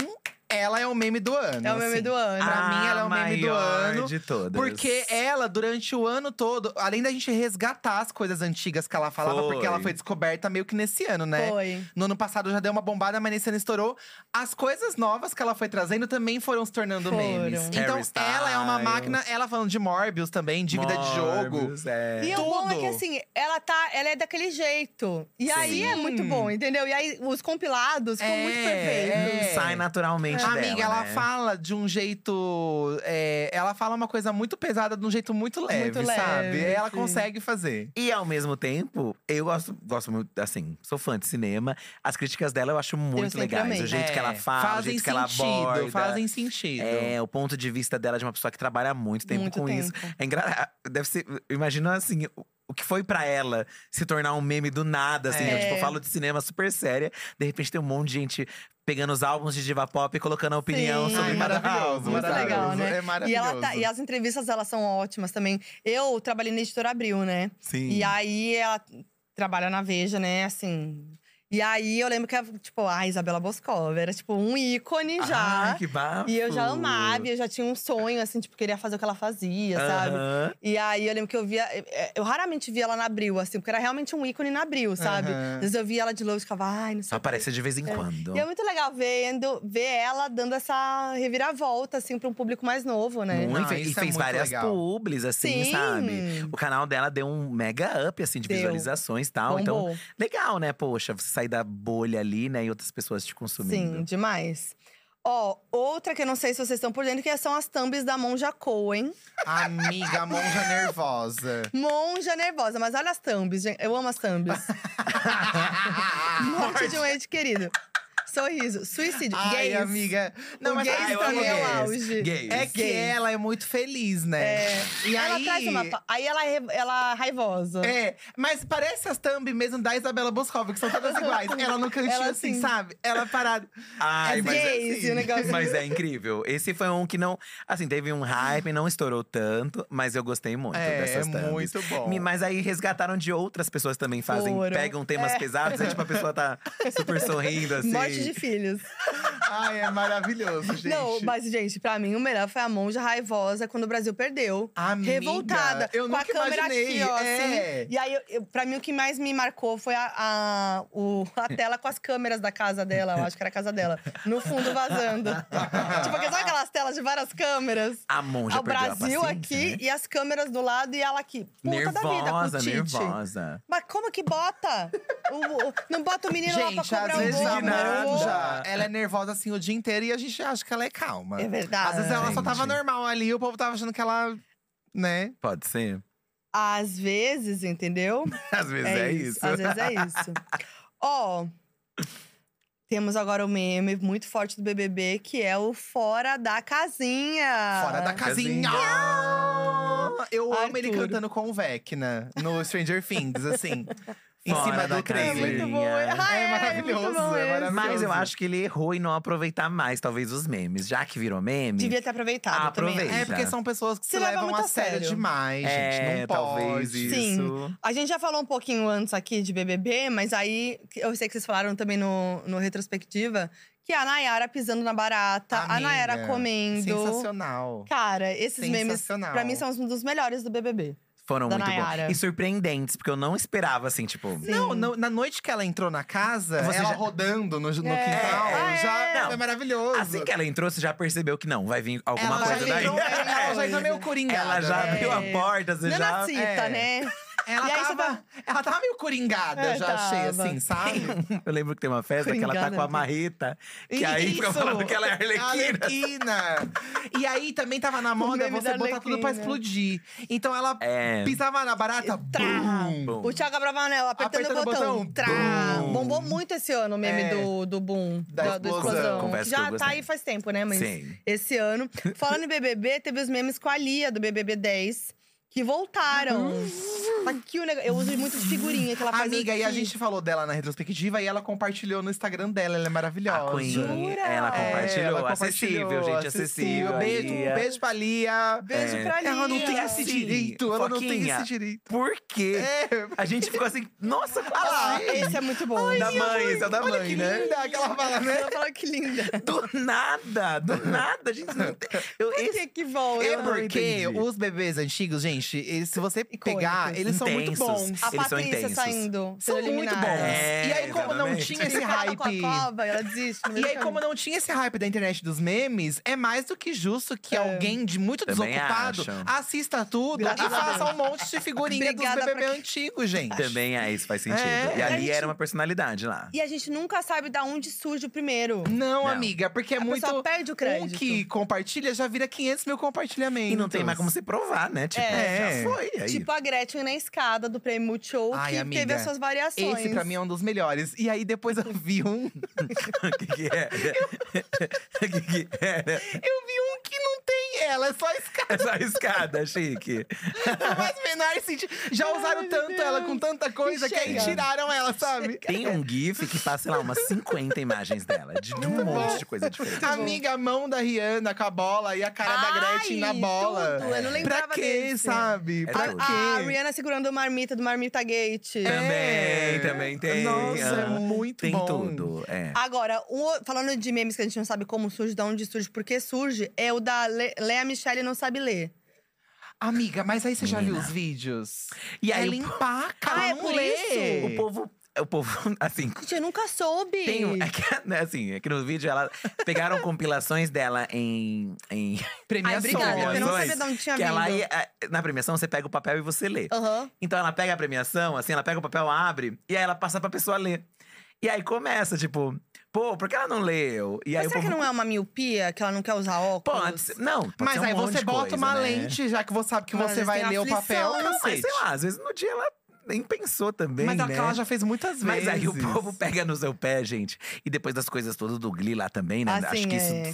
S2: ela é o meme do ano.
S1: É o meme
S2: assim.
S1: do ano.
S2: Pra
S3: Ah,
S2: mim, ela é o
S3: A
S2: meme do
S3: maior
S2: ano.
S3: de todas.
S2: Porque é ela, durante o ano todo, além da gente resgatar as coisas antigas que ela falava,
S3: Foi.
S2: porque ela foi descoberta meio que nesse ano, né?
S1: Foi.
S2: No ano passado já deu uma bombada, mas nesse ano estourou. As coisas novas que ela foi trazendo também foram se tornando
S1: Foram.
S2: memes.
S1: Harry
S2: Então, ela é uma
S3: Styles.
S2: máquina, ela falando de Morbius também, dívida de jogo.
S3: Morbius, é.
S1: E o bom é que
S2: Tudo.
S1: assim, ela tá, ela é daquele jeito. E aí é muito
S3: Hum.
S1: bom, entendeu? E aí os compilados ficam muito
S2: É,
S1: perfeitos.
S2: é.
S3: Sai naturalmente dela,
S2: Amiga, ela
S3: né?
S2: fala de um jeito. é, ela fala uma coisa muito pesada de um jeito muito leve,
S1: leve,
S2: sabe? Ela
S1: sim.
S2: consegue fazer.
S3: E ao mesmo tempo, eu gosto, gosto muito, assim, sou fã de cinema. As críticas dela eu acho muito
S1: sempre
S3: legais.
S1: amei.
S3: O jeito
S2: É,
S3: que ela fala, o
S2: fazem
S3: jeito que ela
S2: sentido,
S3: aborda.
S2: Fazem sentido.
S3: É, o ponto de vista dela de uma pessoa que trabalha muito tempo
S1: Muito
S3: com isso.
S1: tempo.
S3: É engraçado. Deve ser. Imagina assim. o- O que foi pra ela se tornar um meme do nada, assim.
S2: É.
S3: Eu, tipo, falo de cinema super séria. De repente tem um monte de gente pegando os álbuns de diva pop e colocando a opinião
S1: Sim.
S3: sobre
S2: Ai,
S3: cada álbum.
S2: maravilhoso,
S1: Muito
S3: sabe?
S1: legal, né?
S2: É
S1: E,
S2: maravilhoso.
S1: ela tá- e as entrevistas elas são ótimas também. Eu trabalhei na editora Abril, né?
S3: Sim.
S1: E aí ela trabalha na Veja, né? Assim. E aí eu lembro que, tipo, a Isabela Boscov era tipo um ícone já.
S3: Ai, que bafo.
S1: E eu já amava, e eu já tinha um sonho, assim, tipo, queria fazer o que ela fazia, sabe?
S3: Aham.
S1: E aí eu lembro que eu via. eh, Eu raramente via ela na Abril, assim, porque era realmente um ícone na Abril, sabe?
S2: Aham.
S1: Às vezes eu via ela de longe e ficava, ai, não sei.
S3: Só
S1: o quê".
S3: aparece de vez em quando.
S1: E é muito legal vendo, ver ela dando essa reviravolta, assim, pra um público mais novo, né?
S3: Muito,
S2: Não,
S3: e
S2: isso é
S3: fez
S2: muito
S3: várias
S2: legal.
S3: publis, assim,
S1: Sim.
S3: sabe? O canal dela deu um mega up, assim, de
S1: Deu.
S3: visualizações e tal. Então,
S1: Bombou.
S3: legal, né? Poxa, você sair da bolha ali, né? E outras pessoas te
S1: Sim,
S3: consumindo.
S1: demais. Ó, outra que eu não sei se vocês estão por dentro, que são as thumbs da Monja Cohen.
S2: Amiga, a monja nervosa.
S1: Monja nervosa, mas olha as thumbs, gente. Eu amo as thumbs. Morte de um ente querido. Sorriso. Suicídio.
S2: Ai,
S1: gays.
S2: amiga. Não,
S1: O
S2: mas
S1: gays
S2: ai, eu
S1: pra
S2: amo
S1: mim é o
S2: gays.
S1: auge.
S3: Gays.
S2: É que
S1: Gays.
S2: ela é muito feliz, né?
S1: E
S2: E
S1: É. ela
S2: aí-
S1: traz uma. pa- Aí ela é, re- ela é raivosa.
S2: É, mas parece as thumb mesmo da Isabela Boscova, que são todas iguais. Ela no cantinho
S1: Ela
S2: assim,
S1: assim.
S2: sabe? Ela parada.
S3: Ai,
S1: É
S3: mas, é
S1: gays, e o negócio-
S3: mas é incrível. Esse foi um que não. Assim, teve um hype, não estourou tanto, mas eu gostei muito
S2: É,
S3: dessas
S2: é
S3: thumbs.
S2: muito bom.
S3: Me- Mas aí resgataram de outras pessoas também fazem.
S1: Foram.
S3: Pegam temas
S1: É.
S3: pesados, aí tipo, a pessoa tá super sorrindo, assim.
S1: Morte de filhos.
S2: Ai, é maravilhoso, gente.
S1: Não, mas, gente, pra mim o melhor foi a monja raivosa quando o Brasil perdeu.
S2: Amiga,
S1: revoltada.
S2: eu
S1: com a
S2: nunca
S1: câmera
S2: imaginei,
S1: aqui, ó,
S2: é.
S1: assim. E aí, eu, eu- pra mim, o que mais me marcou foi a, a, o- a tela com as câmeras da casa dela, eu acho que era a casa dela, no fundo vazando. tipo, porque sabe aquelas telas de várias câmeras?
S3: A monja
S1: o
S3: perdeu a
S1: Brasil
S3: paciência,
S1: aqui
S3: né?
S1: e as câmeras do lado e ela aqui. Puta da vida, com o
S3: nervosa,
S1: Tite.
S3: nervosa.
S1: Mas como que bota? O- o- não bota o menino lá pra
S2: Gente,
S1: cobrar um
S2: às
S1: o
S2: vezes
S1: gol,
S2: a
S1: amor, o-
S2: Nanda, ela é nervosa assim o dia inteiro e a gente acha que ela é calma.
S1: É verdade.
S2: Às vezes ela só tava
S3: Gente.
S2: normal ali e o povo tava achando que ela, né?
S3: Pode ser?
S1: Às vezes, entendeu?
S3: Às vezes é, isso.
S1: Às vezes é isso. Ó, temos agora o meme muito forte do BBB, que é o fora da casinha.
S2: Fora da casinha! Eu amo ele
S1: Ah. Arthur.
S2: cantando com o Vecna no Stranger Things, assim. em
S3: Fora
S2: cima
S3: da
S2: do
S1: É
S2: trailer.
S1: muito bom.
S3: casinha.
S1: Ah,
S2: É
S1: é,
S2: maravilhoso,
S1: muito bom
S2: é
S1: esse.
S2: maravilhoso.
S3: Mas eu acho que ele errou em não aproveitar mais, talvez, os memes. Já que virou meme.
S1: Devia ter aproveitado também. né?
S3: Aproveita.
S1: acho.
S2: É porque são pessoas que
S1: Se
S2: se,
S1: leva
S2: levam
S1: muito
S2: a
S1: a
S2: sério,
S1: sério.
S2: demais, gente.
S3: é,
S2: Não
S3: talvez
S2: pode.
S1: Sim.
S3: isso.
S1: A gente já falou um pouquinho antes aqui de BBB, mas aí eu sei que vocês falaram também no, no retrospectiva que é a Nayara pisando na barata, Tá, a
S2: Amiga,
S1: Nayara comendo.
S2: Sensacional.
S1: Cara, esses memes
S2: Sensacional.
S1: pra mim são um dos melhores do BBB.
S3: Foram
S1: Da
S3: muito
S1: Nayara.
S3: bons. E surpreendentes, porque eu não esperava, assim, tipo.
S2: Não, no- na noite que ela entrou na casa,
S3: Você
S2: ela
S3: já-
S2: rodando no, no
S1: É.
S2: quintal,
S1: Ah, é.
S2: já
S3: Não.
S2: é maravilhoso.
S3: Assim que ela entrou, você já percebeu que não, vai vir alguma
S2: ela
S3: coisa
S2: já
S3: daí.
S2: entrou, é, ela já entrou meio coringada.
S3: Ela já
S2: né?
S3: abriu
S1: É.
S3: a porta, você já.
S1: Nanacita,
S2: é.
S1: né?
S2: Ela
S1: E aí você
S2: tava, ela tava meio coringada,
S1: É,
S2: já achei,
S1: tava.
S2: assim, sabe?
S3: Eu lembro que tem uma festa que ela tá
S1: Coringada,
S3: com a
S1: né?
S3: marreta. Que aí fica
S1: Isso!
S3: falando que ela é arlequina.
S2: Arlequina. E aí também tava na moda
S1: meme da
S2: você botar tudo pra
S1: Arlequina.
S2: explodir. Então ela
S3: É.
S2: pisava na barata, bum!
S3: Bom.
S1: O Thiago Abravanel apertando,
S2: Apertando
S1: o
S2: o
S1: botão.
S2: botão.
S1: Trá.
S3: Bum.
S1: Bombou muito esse ano o meme
S2: É.
S1: do, do boom,
S2: Da
S1: da, do
S2: explosão.
S1: explosão. que
S3: Confesso que eu
S1: já tá
S3: gostei.
S1: aí faz tempo, né? Mas
S3: Sim.
S1: esse ano. Falando em BBB, teve os memes com a Lia do BBB 10 que voltaram. Tá aqui o negócio. Eu uso muito de figurinha Tá que ela faz.
S2: Uhum. Amiga, e a
S1: aqui.
S2: gente falou dela na retrospectiva e ela compartilhou no Instagram dela, ela é maravilhosa.
S3: A Queen,
S1: Jura?
S3: ela
S2: É,
S3: compartilhou.
S2: ela
S3: acessível,
S2: compartilhou, Um
S3: gente, acessível. é.
S2: Beijo,
S3: Lia.
S2: beijo pra Lia.
S1: Beijo
S3: É.
S1: pra Lia.
S2: Ela não tem esse
S3: Sim.
S2: direito, ela não tem
S3: Foquinha.
S2: esse direito.
S3: Por quê?
S2: É.
S3: A gente ficou assim, nossa, como
S1: Ah,
S3: assim?
S1: esse é muito bom.
S3: da mãe, esse é o da
S2: Olha
S3: mãe,
S2: que
S3: né?
S2: linda aquela fala, né?
S1: Ela falou que linda.
S3: Do nada, do nada. A gente não tem. Eu,
S1: Por
S3: esse
S1: que que volta?
S2: É
S3: Eu não
S2: porque
S3: entendi.
S2: os bebês antigos, gente, eles- se você
S1: Icônicos.
S2: pegar, eles são muito
S3: Intensos.
S2: bons.
S1: A
S3: Eles são
S1: Patrícia
S3: intensos.
S1: saindo.
S2: São
S1: sendo
S2: muito
S1: eliminada.
S2: bons.
S3: É,
S2: e aí, como não
S3: exatamente.
S2: tinha esse
S1: Ela com a
S2: hype.
S1: cova, ela desiste. tá no meio
S2: E
S1: do
S2: aí,
S1: caminho.
S2: como não tinha esse hype da internet dos memes, é mais do que justo
S1: É.
S2: que alguém de muito
S3: Também
S2: desocupado
S3: acho.
S2: assista tudo
S1: Graças
S2: e
S1: a
S2: faça um monte de figurinha dos
S1: Obrigada
S2: BBB
S1: pra
S2: antigos, gente.
S3: Também é isso, faz sentido.
S2: É.
S3: E
S1: A
S3: ali
S1: gente-
S3: era uma personalidade lá.
S1: E a gente nunca sabe da onde surge o primeiro.
S2: Não,
S3: Não.
S2: amiga, porque é
S1: A
S2: muito.
S1: pessoa perde o crédito.
S2: Um que compartilha já vira 500 mil compartilhamentos.
S3: E não tem mais como se provar, né? Tipo,
S2: É.
S3: já foi. Aí.
S1: Tipo a Gretchen na escada do prêmio Multishow,
S2: Ai,
S1: que
S2: amiga,
S1: teve as suas variações.
S2: Esse pra mim é um dos melhores. E aí depois eu vi um
S3: o que, que era? O que, que é? era?
S2: Eu vi um que não tem ela, é só escada.
S3: Essa escada, chique.
S2: Não faz o menor sentido. Já usaram tanto ela com tanta coisa que aí
S1: Chega.
S2: tiraram ela, sabe?
S3: Tem um GIF que passa, sei lá, umas 50 imagens dela, de, de um monte de coisa diferente.
S2: Amiga, a mão da Rihanna com a bola e a cara da
S1: Ai,
S2: Gretchen na bola.
S1: tudo, eu não
S2: pra
S1: lembrava
S2: quê,
S1: desse.
S2: sabe?
S3: É
S2: pra
S3: tudo.
S1: A
S2: quê?
S1: Rihanna segurando a marmita do Marmita Gate.
S3: É. Também, também tem.
S2: Nossa, é
S3: ah,
S2: muito
S3: tem
S2: bom.
S3: tudo. É.
S1: Agora, um o- falando de memes que a gente não sabe como surge, da onde surge, por que surge, é o da Le- Lea Michele não sabe ler.
S2: Amiga, mas aí você já viu
S3: Menina.
S2: os vídeos?
S3: E aí
S2: é
S3: o-
S2: limpar a cara,
S1: Ah, é
S2: não
S1: por
S2: lê.
S3: O povo. O povo, assim,
S1: Gente, eu nunca soube.
S3: Tem um, é que, né, assim, aqui no vídeo, ela pegaram compilações dela em, em
S1: Ai,
S2: Premiações.
S1: obrigada, porque eu não sabia
S3: premiações.
S1: de onde tinha
S3: que
S1: vindo. Ah.
S3: ela ia, eh, na premiação, você pega o papel e você lê.
S1: Aham.
S3: Então ela pega a premiação, assim, ela pega o papel, abre, e aí ela passa pra pessoa ler. E aí começa, tipo, pô, por que ela não leu? E aí
S1: Mas
S3: o
S1: será que
S3: povo-
S1: não é uma miopia, que ela não quer usar óculos?
S3: Pode ser- não, pode
S2: Mas
S3: ser um
S2: aí
S3: monte
S2: você
S3: de
S2: bota
S3: coisa,
S2: uma
S3: né?
S2: lente, já que você sabe que
S1: Mas às
S2: você
S1: vezes
S2: vai
S1: tem
S2: ler o
S1: aflição,
S2: papel,
S1: né?
S3: Mas
S2: cacete.
S3: sei lá, às vezes no dia ela nem pensou também,
S2: Mas é a
S3: né?
S2: Carla já fez muitas vezes.
S3: Mas aí o povo pega no seu pé, gente. E depois das coisas todas do Glee lá também, né?
S2: Assim,
S1: Ah,
S3: Acho
S1: sim,
S3: que
S1: é, que
S3: isso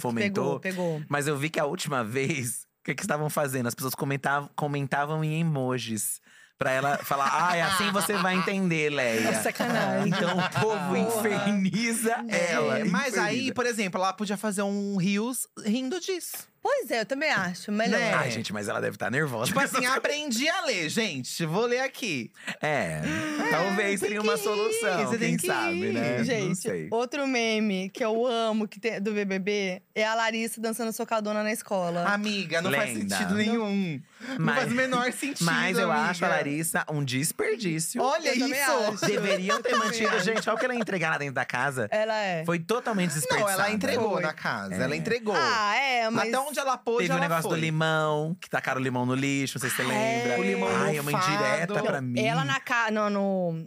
S1: Pegou,
S3: fomentou.
S1: pegou.
S3: Mas eu vi que a última vez, o que, que estavam fazendo? As pessoas comentavam, comentavam em emojis. Pra ela falar, ai, assim você vai entender, Leia.
S1: É sacanagem.
S3: Então o povo
S1: Porra.
S3: inferniza
S2: É,
S3: ela.
S2: mas aí,
S3: inferniza.
S2: por exemplo, ela podia fazer um rios rindo disso.
S1: Pois é, eu também acho. Melhor.
S2: Né?
S3: Ai, gente, mas ela deve estar nervosa.
S2: Tipo assim, aprendi a ler, gente. Vou ler aqui.
S3: É,
S1: Ah,
S3: talvez
S2: Ah, tem
S3: tenha
S2: que
S3: uma
S2: ir,
S3: solução,
S2: você tem
S3: quem
S2: que
S3: sabe,
S2: ir.
S3: né? Não
S1: Gente,
S3: sei.
S1: outro meme que eu amo que tem- do BBB é a Larissa dançando socadona na
S3: Ah,
S1: escola.
S2: Amiga, não faz
S3: Lenda.
S2: sentido nenhum. não
S3: Mas-
S2: faz o menor sentido.
S3: Mas eu
S2: amiga.
S3: acho a Larissa um desperdício.
S2: Olha
S1: Eu também
S2: isso!
S1: acho.
S3: Deveriam ter mantido. Gente, olha o que ela entregou lá dentro da casa.
S1: Ela é.
S3: Foi totalmente
S2: Não,
S3: desperdiçada.
S2: ela entregou
S1: Foi.
S2: na casa.
S3: É.
S2: Ela entregou.
S1: Ah, é, mas.
S2: Até onde ela pôde,
S3: Teve o
S2: ela
S3: negócio
S2: foi.
S3: do limão, que tacaram o limão no lixo, não sei se você lembra.
S1: O limão
S3: Ai, é uma
S2: mofado.
S3: indireta pra mim.
S1: Ela na né? ca... no, no-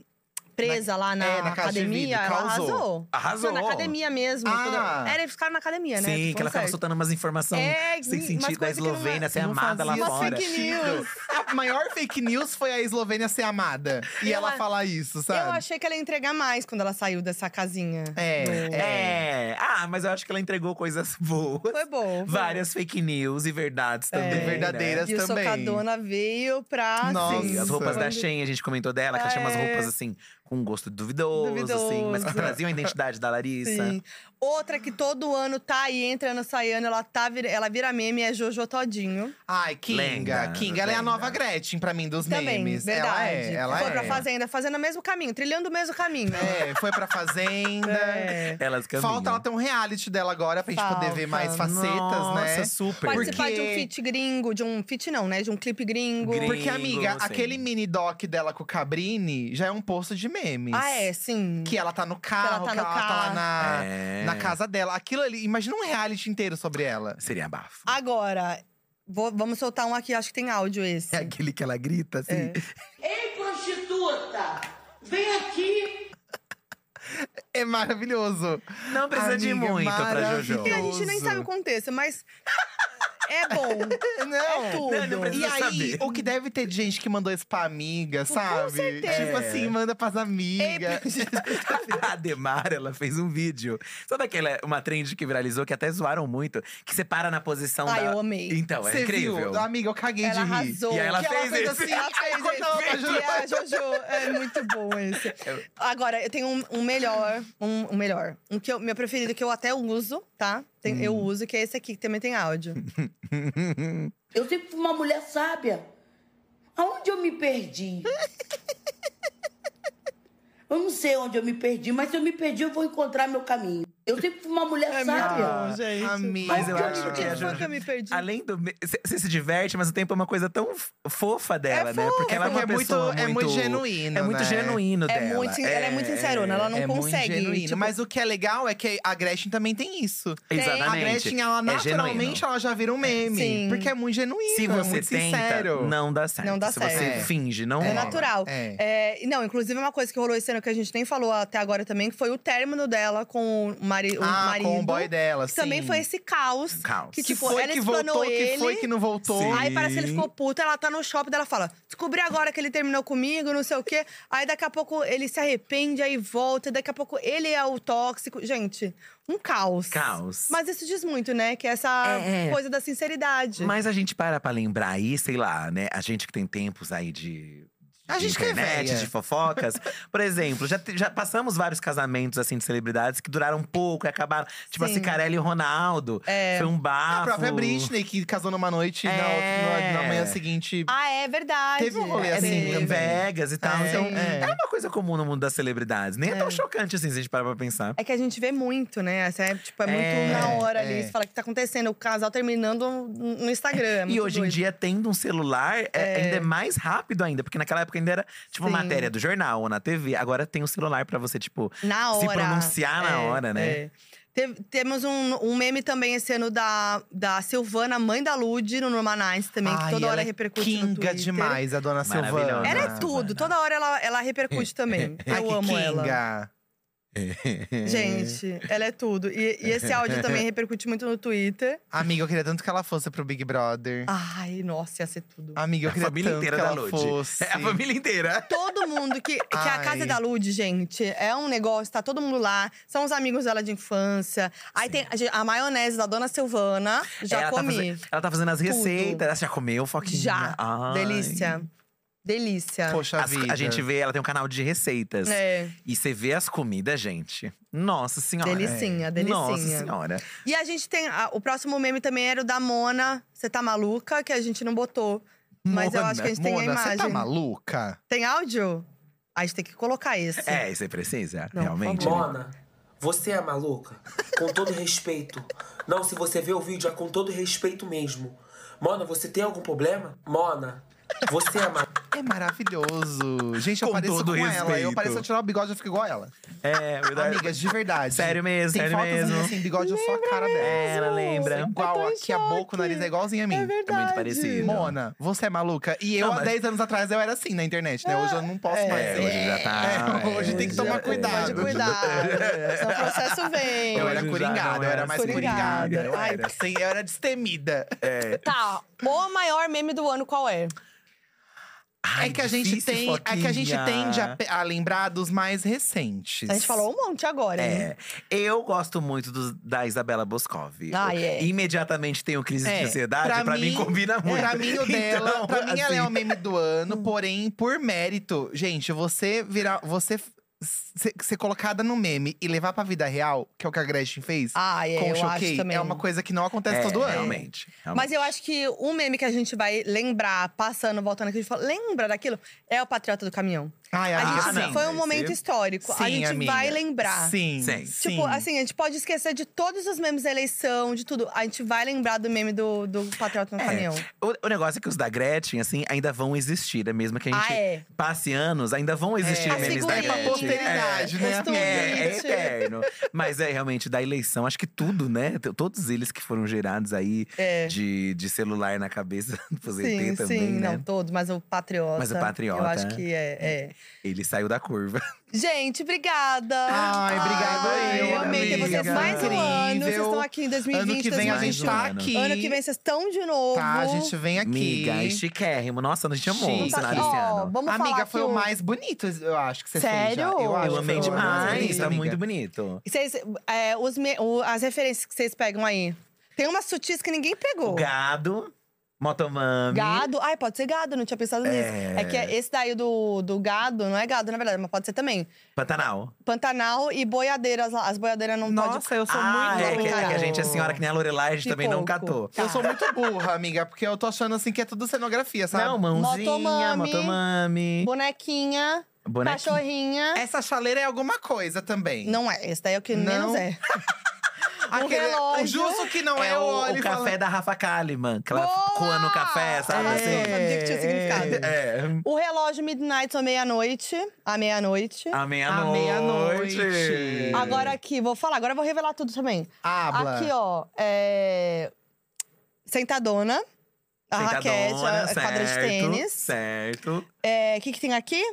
S1: presa lá na,
S2: é, na casa de
S1: academia,
S2: vidro,
S1: ela
S2: causou.
S1: arrasou.
S3: Arrasou.
S1: Não, na academia mesmo.
S2: Ah.
S1: Toda... Era, eles ficaram na academia, né? Tô
S3: Sim,
S1: falando
S3: que ela ficava
S1: sério.
S3: soltando umas informações
S1: É,
S3: sem
S1: umas
S3: sentido da
S1: coisas que não é-
S3: Eslovênia ser
S2: não
S3: amada lá
S2: fazia
S1: Umas
S3: fora.
S1: fake news.
S2: A maior fake news foi a Eslovênia ser amada. E
S1: Eu
S2: ela
S1: a-
S2: falar isso, sabe?
S1: Eu achei que ela ia entregar mais quando ela saiu dessa casinha.
S2: É,
S1: Do-
S3: É. Ah, mas eu acho que ela entregou coisas boas.
S1: Foi bom. foi.
S3: Várias fake news e verdades também.
S1: É.
S3: né?
S2: Verdadeiras.
S1: E o
S2: também.
S1: Socadona veio pra.
S2: Nossa.
S1: assim,
S3: Sim, as roupas da
S1: quando-
S3: Shen, a gente comentou dela, que ela tinha umas
S1: É.
S3: roupas assim, com gosto duvidoso, assim, mas que
S1: Duvidoso.
S3: traziam a identidade da Larissa.
S1: Sim. Outra que todo ano tá aí, entra ano, sai ano, ela, tá, vir- ela vira meme, é Jojo Todinho.
S2: Ai, Kinga.
S3: Lenda,
S2: Kinga, ela é a
S3: lenda.
S2: nova Gretchen pra mim dos
S1: Também,
S2: memes.
S1: verdade.
S2: Ela é, ela
S1: Foi
S2: é.
S1: pra Fazenda, fazendo o mesmo caminho, trilhando o mesmo caminho.
S2: É, foi pra Fazenda.
S1: É.
S3: Elas caminham.
S2: Falta ela ter um reality dela agora pra gente poder ver mais
S1: Falta.
S2: facetas, né?
S3: Nossa, super.
S2: Porque-
S1: Participar de um feat gringo, de um feat não, né? De um clipe gringo.
S3: Gringo.
S2: Porque, amiga,
S3: Gringo, sim.
S2: aquele mini doc dela com o Cabrini já é um posto de memes.
S1: Ah, é, sim.
S2: Que ela tá no carro,
S1: Ela tá
S2: que
S1: no
S2: ela tá lá
S1: carro.
S2: na,
S3: É.
S2: na casa dela. Aquilo ali, imagina um reality inteiro sobre ela.
S3: Seria bafo.
S1: Agora, vou- vamos soltar um aqui, acho que tem áudio esse.
S3: É aquele que ela grita assim.
S2: É.
S6: Ei, prostituta! Vem aqui!
S2: É maravilhoso.
S3: Não precisa de
S2: Amiga,
S3: muito pra Jojo.
S1: E a gente nem
S2: maravilhoso.
S1: sabe o contexto, mas é bom. É tudo.
S3: Não, não
S2: E
S3: precisa
S2: aí,
S3: saber.
S2: o que deve ter de gente que mandou isso pra amiga, sabe?
S1: certeza.
S2: Tipo assim,
S3: É.
S2: manda pras amigas.
S3: a Demar, ela fez um vídeo. Sabe aquela uma trend que viralizou que até zoaram muito, que você para na posição
S1: Ai,
S3: da
S1: eu amei.
S3: Então, é
S2: Você
S3: incrível.
S2: viu? Amiga, eu caguei
S1: Ela
S2: de rir.
S1: arrasou. é
S3: E aí ela
S2: Que
S3: fez esse.
S2: assim, ela fez
S1: Gente,
S2: ela pra Jojo.
S1: e a Jojo. É muito bom esse. Agora, eu tenho um, um melhor. Um, um melhor. Um que eu, meu preferido, que eu até uso, tá? Tem- Eu
S2: Hum.
S1: uso, que é esse aqui, que também tem áudio.
S6: Eu sempre fui uma mulher sábia. Aonde eu me perdi? Eu não sei onde eu me perdi, mas se eu me perdi, eu vou encontrar meu caminho. Eu sempre fui uma mulher
S1: É
S6: sábia.
S1: muito bom, gente.
S2: Amiga.
S3: Mas eu
S1: Como
S3: acho que
S1: eu
S3: a
S1: me- como
S3: Jojo-
S1: que eu me perdi?
S3: Além do. Você se diverte, mas o tempo é uma coisa tão f- fofa dela, né? Porque ela é uma
S2: É muito-
S3: pessoa
S2: é
S3: muito,
S2: muito genuíno,
S3: É muito
S2: né?
S3: genuíno
S1: É
S3: dela.
S1: muito- ela é muito sincerona, ela não
S2: é muito
S1: consegue,
S2: genuíno.
S1: tipo-
S2: Mas o que é legal é que a Gretchen também tem isso. A
S3: Exatamente.
S2: Gretchen, ela
S3: É genuíno.
S2: naturalmente, ela já vira um meme.
S1: Sim.
S2: Porque é muito genuíno,
S3: Se
S2: é
S3: você
S2: muito
S3: tenta,
S2: sincero.
S3: não dá certo.
S1: Não dá
S3: Se você
S1: certo.
S2: É.
S3: finge, não
S1: É
S3: rola.
S1: natural.
S2: É.
S1: É, não, inclusive uma coisa que rolou esse ano que a gente nem falou até agora também, que foi o término dela com o, mari o
S2: Ah,
S1: marido.
S2: com o boy dela,
S1: que também
S2: sim.
S1: foi esse caos.
S3: Caos.
S1: Que
S2: Que
S1: tipo,
S2: foi
S1: ela
S2: que
S1: explanou
S2: voltou,
S1: ele.
S2: que foi que não voltou.
S3: Sim.
S1: Aí parece que ele ficou puto, ela tá no shopping dela fala: descobri agora que ele terminou comigo, não sei o quê. Aí daqui a pouco ele se arrepende, aí volta, daqui a pouco ele é o tóxico. Gente, um caos.
S3: Caos.
S1: Mas isso diz muito, né? Que é essa
S3: É, é.
S1: coisa da sinceridade.
S3: Mas a gente para pra lembrar aí, sei lá, né? A gente que tem tempos aí de.
S2: A
S3: de
S2: gente que é
S3: internet,
S2: véia.
S3: de fofocas. Por exemplo, já, te- já passamos vários casamentos assim de celebridades que duraram pouco e acabaram. Tipo a
S1: Sim.
S3: Cicarelli e o Ronaldo. Foi um bafo.
S2: A própria Britney, que casou numa noite, na-
S3: É.
S2: na, na manhã seguinte…
S1: Ah, é verdade.
S2: Teve um rolê
S1: É,
S2: assim,
S1: teve.
S3: Em Vegas e tal.
S2: É,
S3: então,
S2: sim.
S3: é. uma coisa comum no mundo das celebridades. Nem é, tão chocante assim, se a gente parar pra pensar.
S1: É que a gente vê muito, né? Assim, é, tipo, é muito
S3: É,
S1: na hora
S2: é.
S1: ali. Você fala o que tá acontecendo, o casal terminando no no Instagram. é
S3: E
S1: muito
S3: hoje em
S1: doido.
S3: dia, tendo um celular, é- ainda é mais rápido ainda. Porque naquela época ainda era, tipo,
S1: Sim.
S3: matéria do jornal ou na TV. Agora tem o celular pra você, tipo,
S1: Na hora.
S3: se pronunciar na
S1: É,
S3: hora, né?
S1: é. Teve- temos um, um meme também esse ano da, da Silvana, mãe da Lud, no Norman Nice também, que
S2: Ai,
S1: toda hora
S2: ela é
S1: repercute no
S2: Kinga
S1: Twitter.
S2: demais, a dona
S3: Maravilhosa.
S2: Silvana.
S1: Ela é
S3: Ah,
S1: tudo,
S3: Silvana.
S1: toda hora ela, ela repercute também.
S2: Ai,
S1: Eu
S2: que
S1: amo
S2: Kinga. É.
S1: ela. Gente, ela é tudo. E, e esse áudio também repercute muito no Twitter.
S2: Amiga, eu queria tanto que ela fosse pro Big Brother.
S1: Ai, nossa, ia ser tudo.
S2: Amiga, eu
S3: A
S2: queria
S3: família
S2: tanto
S3: inteira
S2: que
S3: da
S2: ela
S3: Lud.
S2: fosse.
S3: É a família inteira.
S1: Todo mundo que. que a casa
S2: Ai.
S1: da Lud, gente, é um negócio, tá todo mundo lá. São os amigos dela de infância. Aí tem a ge- a, maionese da dona Silvana. Já
S3: ela Tá
S1: comi.
S3: fazendo, ela tá fazendo as
S1: Tudo.
S3: receitas. Ela já comeu, Foquinha?
S1: Já.
S3: Ai.
S1: Delícia. Delícia.
S2: Poxa
S3: As-
S2: vida.
S3: a gente vê, ela tem um canal de receitas.
S1: É.
S3: E você vê as comidas, gente. Nossa senhora. É.
S1: Delicinha, delicinha.
S3: Nossa senhora.
S1: E a gente tem. a- o próximo meme também era o da Mona. Você tá maluca? Que a gente não botou. Mas eu acho que a gente tem
S2: Mona,
S1: a
S2: Mona,
S1: imagem.
S2: Você tá maluca?
S1: Tem áudio? A gente tem que colocar esse.
S3: É, você precisa,
S1: Não,
S3: realmente.
S1: por
S3: né?
S7: Mona, você é maluca? Com todo respeito. Não, se você vê o vídeo, é com todo respeito mesmo. Mona, você tem algum problema? Mona, você é maluca?
S2: É maravilhoso. Gente, eu
S3: Com
S2: pareço
S3: todo
S2: com ela. Eu
S3: respeito.
S2: pareço eu tirar o bigode, eu fico igual ela.
S3: É, verdade.
S2: Amigas, de verdade.
S3: Sério mesmo,
S2: Tem
S3: sério
S2: fotos minhas
S3: mesmo.
S2: sem bigode, eu sou a cara dela.
S3: É, ela lembra.
S2: Igual,
S1: Eu tô em
S2: aqui a boca, o nariz é igualzinho a mim.
S3: É muito parecido.
S2: Mona, você é maluca. E eu,
S3: Não,
S2: há
S3: mas-
S2: 10 anos atrás, eu era assim na internet, né? Hoje eu não posso mais
S3: É,
S2: ser.
S3: hoje já tá.
S2: É, hoje tem que tomar
S3: já-
S2: cuidado.
S1: Pode cuidar. É, Senão o processo vem.
S2: Eu era
S3: Hoje já
S2: coringada,
S3: não é assim.
S2: eu era
S3: era
S2: mais
S1: coringada.
S2: coringada. Eu
S1: Ai.
S2: era, assim, eu era destemida.
S1: Tá. O maior meme do ano qual é?
S3: Ai,
S2: é que a gente
S3: difícil,
S2: tem, é que a gente
S3: Foquinha.
S2: tende a, pe- a lembrar dos mais recentes.
S1: A gente falou um monte agora, hein?
S3: É, eu gosto muito dos- da Isabela Boscov.
S1: Ah, é.
S3: Imediatamente tenho crise de ansiedade, pra, mim, combina muito.
S2: É, Pra mim, o dela,
S3: Então,
S2: pra mim, ela é
S3: assim,
S2: o meme do ano,
S1: Hum.
S2: porém, por mérito. Gente, você virar. Você f- ser, ser colocada no meme e levar pra vida real, que é o que a Gretchen fez,
S1: Ah, é,
S2: com o
S1: eu acho
S2: Choquei,
S1: também.
S2: é uma coisa que não acontece
S3: é,
S2: todo ano.
S3: Realmente,
S1: Mas eu acho que um meme que a gente vai lembrar, passando, voltando aqui, a gente fala, lembra daquilo? É o Patriota do Caminhão.
S2: Ai,
S1: A
S2: amiga,
S1: gente,
S3: não,
S1: foi um
S3: esse-
S1: momento histórico. a
S2: ah, sim,
S1: gente
S2: amiga.
S1: vai lembrar.
S2: Sim,
S3: Sim.
S2: sim.
S1: Tipo, assim, a gente pode esquecer de todos os memes da eleição, de tudo. A gente vai lembrar do meme do, do Patriota no
S3: É.
S1: Caminhão.
S3: O, o negócio é que os da Gretchen, assim, ainda vão existir. É mesmo que a gente
S1: Ah, é.
S3: passe anos, ainda vão existir
S1: É.
S2: As
S3: memes da
S1: figurinhas.
S2: É pra
S3: Gretchen.
S2: posteridade,
S1: É,
S2: né,
S1: postou-
S2: amiga?
S3: É, é
S1: Gente.
S3: eterno. Mas é realmente da eleição, acho que tudo, né? T- Todos eles que foram gerados aí
S1: É.
S3: de, de celular na cabeça do
S1: Sim,
S3: Fazendê também,
S1: sim,
S3: né?
S1: não todos, mas o Patriota.
S3: Mas o Patriota.
S1: Eu acho que é.
S2: Hum.
S1: é.
S3: Ele saiu da curva.
S1: Gente, obrigada.
S2: Ai, obrigado
S1: Ai,
S2: eu,
S1: amei ter vocês
S2: amiga.
S1: mais um ano. Vocês
S2: Incrível.
S1: estão aqui em 2020,
S2: ano que vem a
S3: mais
S1: 2021.
S2: gente tá
S3: um ano.
S2: aqui.
S1: Ano que vem vocês estão de novo.
S2: Tá, a gente vem aqui.
S3: Amiga, é chiquérrimo. Nossa, a gente amou o
S2: Chique.
S3: cenário
S1: Ó,
S3: esse ano.
S1: Vamos falar
S2: Amiga, foi
S1: que
S2: o mais bonito, eu acho, que você fez. já.
S1: Sério?
S2: Eu, acho
S3: Eu
S2: que
S3: amei
S2: foi o mais
S3: demais,
S2: bonito,
S3: tá
S2: amiga.
S3: muito bonito.
S1: Vocês, é, os me- o- as referências que vocês pegam aí. Tem umas sutis que ninguém pegou.
S3: O gado, motomami.
S1: Gado? Ai, pode ser gado, não tinha pensado nisso. É que esse daí do, do gado, não é gado, na verdade, mas pode ser também.
S3: Pantanal.
S1: Pantanal e boiadeiras lá. As boiadeiras não podem.
S2: Nossa, eu sou
S3: ah,
S2: muito
S3: é que, é
S1: louca.
S3: que a gente é senhora que nem a Lorelai, a gente
S1: Que
S3: também não
S1: pouco.
S3: catou.
S1: Tá.
S2: Eu sou muito burra, amiga, porque eu tô achando assim que é tudo cenografia, sabe?
S3: Não, mãozinha,
S1: Motomami.
S3: motomami. assim.
S1: Bonequinha,
S3: Bonequinho.
S1: cachorrinha.
S2: Essa chaleira é alguma coisa também.
S3: assim.
S1: Não é, esse daí é o que
S2: Não.
S1: menos é.
S2: Aquele,
S1: relógio.
S2: O justo que não é,
S3: É o,
S2: eu
S3: o
S2: olho e falo,
S3: café da Rafa Kalimann, que ela
S1: Boa!
S3: coa no café, sabe?
S1: Ela
S3: assim?
S1: não sabia que tinha significado.
S3: É,
S1: O relógio Midnight ou meia-noite. À meia-noite.
S3: à
S2: À meia-noite.
S3: meia-noite. é.
S1: Agora aqui, vou falar, agora eu vou revelar tudo também.
S2: Habla.
S1: Aqui, ó, é. Sentadona. A raquete, a
S3: Sentadona,
S1: quadra de
S3: certo,
S1: tênis.
S3: Certo.
S1: É, O que, que tem aqui?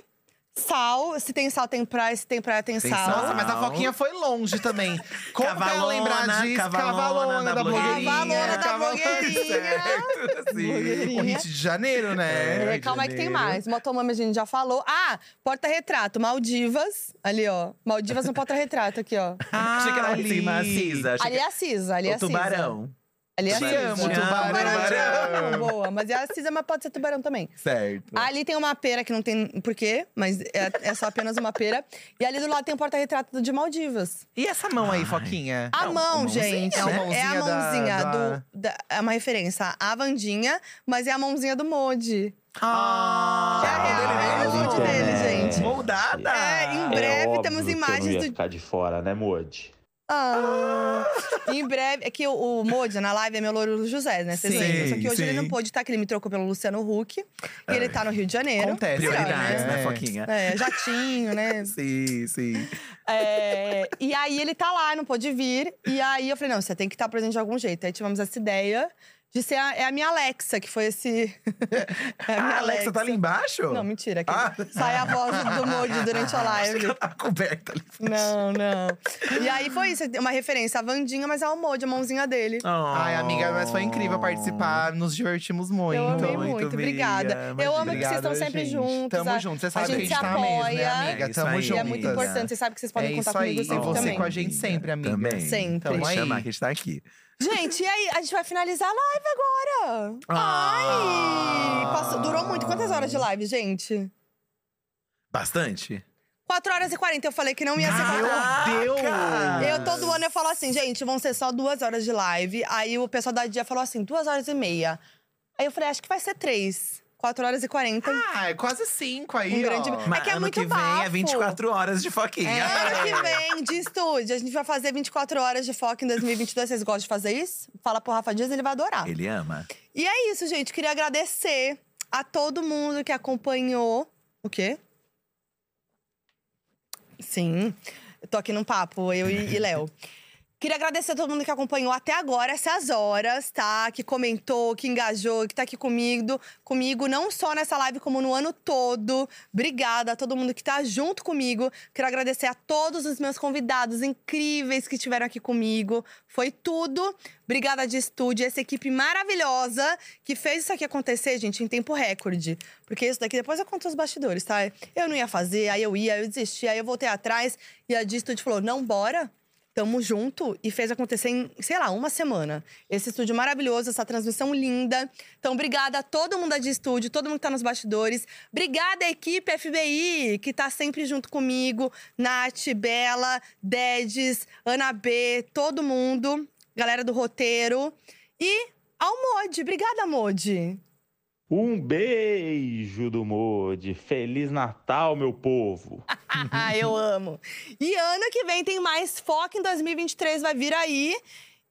S1: Sal. Se tem sal, tem praia. Se tem praia, tem,
S3: Tem
S1: sal.
S2: Nossa, mas a
S3: Não.
S2: Foquinha foi longe também. Como que
S3: é
S2: ela lembrar disso?
S3: Cavalona, da blogueirinha.
S1: Cavalona da
S2: Cavalona.
S1: blogueirinha.
S3: Certo, assim.
S1: Blogueirinha.
S2: O Hit de Janeiro,
S1: É,
S2: né?
S3: É. Rio de
S1: calma aí que tem
S3: Janeiro.
S1: mais. Motomami a gente já falou. Ah, porta-retrato. Maldivas. Ali, ó. Maldivas no porta-retrato aqui, ó.
S3: Achei que era lá em
S2: Ali.
S3: cima, a Cisa. achei
S1: Ali é a Cisa. Ali
S3: que-
S1: é a
S3: o tubarão.
S1: Cisa. Ali é a
S2: Te
S1: Cisa.
S2: amo,
S3: Te amo,
S2: tubarão.
S1: Tubarão, te
S2: tubarão.
S1: amo. Boa. Mas é a Cisa, mas pode ser tubarão também.
S3: Certo.
S1: Ali tem uma pera que não tem porquê, mas é, é só apenas uma pera. E ali do lado tem um porta-retrato de Maldivas.
S2: E essa mão aí, Foquinha?
S1: A
S3: Não,
S1: mão,
S3: a mãozinha,
S1: gente. É
S2: né?
S1: a
S2: A mãozinha da-
S1: mãozinha
S2: da-
S1: do. da- é uma referência à Vandinha, mas é a mãozinha do Modi.
S2: Ah,
S1: É a real,
S3: Ah,
S1: é a mão dele, gente.
S3: Moldada!
S1: É, em
S4: É
S1: breve
S4: óbvio
S1: temos
S4: que eu
S1: imagens
S4: não ia
S1: do-
S4: ficar de fora, né, Moody?
S1: Ah. em breve. É que o, o Modi na live é meu louro José, né? Vocês
S3: Sim,
S1: lembram? Só que hoje
S3: sim.
S1: ele não pôde estar, que ele me trocou pelo Luciano Huck. E ele
S3: É,
S1: tá no Rio de Janeiro. É,
S2: Acontece,
S3: né?
S1: Será,
S3: Prioridades,
S2: né?
S3: né, Foquinha?
S1: É, jatinho, né?
S3: Sim, sim.
S1: É, e aí ele tá lá, não pôde vir. E aí eu falei, não, você tem que estar presente de algum jeito. Aí tivemos essa ideia de ser a, é a minha Alexa, que foi esse. é a
S2: Ah, Alexa, tá ali embaixo?
S1: Não, mentira. que
S2: Ah.
S1: Sai a voz do Moody durante a
S2: Acho que
S1: live.
S2: ela tá coberta ali.
S1: Não, não. E aí foi isso, uma referência à Vandinha, mas ao Moody, a mãozinha dele.
S2: Ah, Ai, amiga, mas foi
S1: Oh.
S2: incrível participar. Nos divertimos muito.
S1: Eu amei muito,
S3: muito,
S1: obrigada.
S3: amiga.
S1: Eu amo que vocês
S2: Obrigado,
S1: estão sempre
S2: gente.
S1: juntos.
S2: Tamo
S1: a-
S2: junto, você sabe
S1: gente
S2: que a gente
S1: se
S2: tá mesmo, né,
S1: apoia.
S2: amiga?
S3: É isso
S2: Tamo
S3: aí,
S1: E
S2: juntas.
S1: é muito
S3: juntas.
S1: importante, vocês sabem que vocês podem
S2: É
S1: contar
S2: isso aí,
S1: comigo sempre
S2: e você
S1: também.
S2: com a gente sempre, amiga.
S3: Também.
S1: Sempre.
S3: Então,
S2: Tamo aí.
S3: Pode chamar que a gente tá aqui.
S1: Gente, e aí? A gente vai finalizar a live agora. Ai!
S2: Ah.
S1: Passou- durou muito. Quantas horas de live, gente? É
S3: Bastante?
S1: 4 horas e 40. Eu falei que não ia ser quatro horas.
S2: Meu Deus!
S1: Eu todo ano eu falo assim, gente, vão ser só duas horas de live. Aí o pessoal da dia falou assim, duas horas e meia. Aí eu falei, acho que vai ser três. Quatro horas e quarenta.
S2: Ah, é quase cinco aí,
S1: Um grande-
S2: ó.
S1: Mas- É que é
S3: ano
S1: muito
S3: que vem
S1: bafo.
S3: é 24 horas de foquinha.
S1: É, ano que vem, de estúdio. A gente vai fazer 24 horas de foco em 2022. Vocês gostam de fazer isso? Fala pro Rafa Dias, ele vai adorar.
S3: Ele ama.
S1: E é isso, gente. Queria agradecer a todo mundo que acompanhou. O quê? Sim. Eu tô aqui num papo, eu e, e Léo. Queria agradecer a todo mundo que acompanhou até agora essas horas, tá? Que comentou, que engajou, que tá aqui comigo, comigo não só nessa live, como no ano todo. Obrigada a todo mundo que tá junto comigo. Quero agradecer a todos os meus convidados incríveis que estiveram aqui comigo. Foi tudo. Obrigada de estúdio, essa equipe maravilhosa que fez isso aqui acontecer, gente, em tempo recorde. Porque isso daqui depois eu conto os bastidores, tá? Eu não ia fazer, aí eu ia, aí eu desisti, aí eu voltei atrás e a de estúdio falou: não, bora. Tamo junto e fez acontecer em, sei lá, uma semana. Esse estúdio maravilhoso, essa transmissão linda. Então, obrigada a todo mundo da de estúdio, todo mundo que tá nos bastidores. Obrigada à equipe FBI, que tá sempre junto comigo. Nath, Bela, Dedes, Ana B, todo mundo. Galera do roteiro. E ao Modi. Obrigada, Modi.
S4: Um beijo do Mode. Feliz Natal, meu povo.
S1: Ah, eu amo. E ano que vem tem mais foco em 2023, vai vir aí.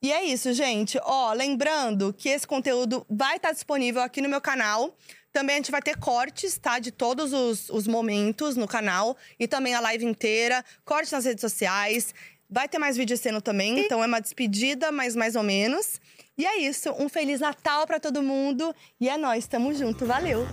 S1: E é isso, gente. Ó, lembrando que esse conteúdo vai estar disponível aqui no meu canal. Também a gente vai ter cortes, tá? De todos os, os momentos no canal. E também a live inteira, corte nas redes sociais. Vai ter mais vídeo sendo também, então é uma despedida, mas mais ou menos. E é isso. Um Feliz Natal pra todo mundo. E é nóis, tamo junto. Valeu!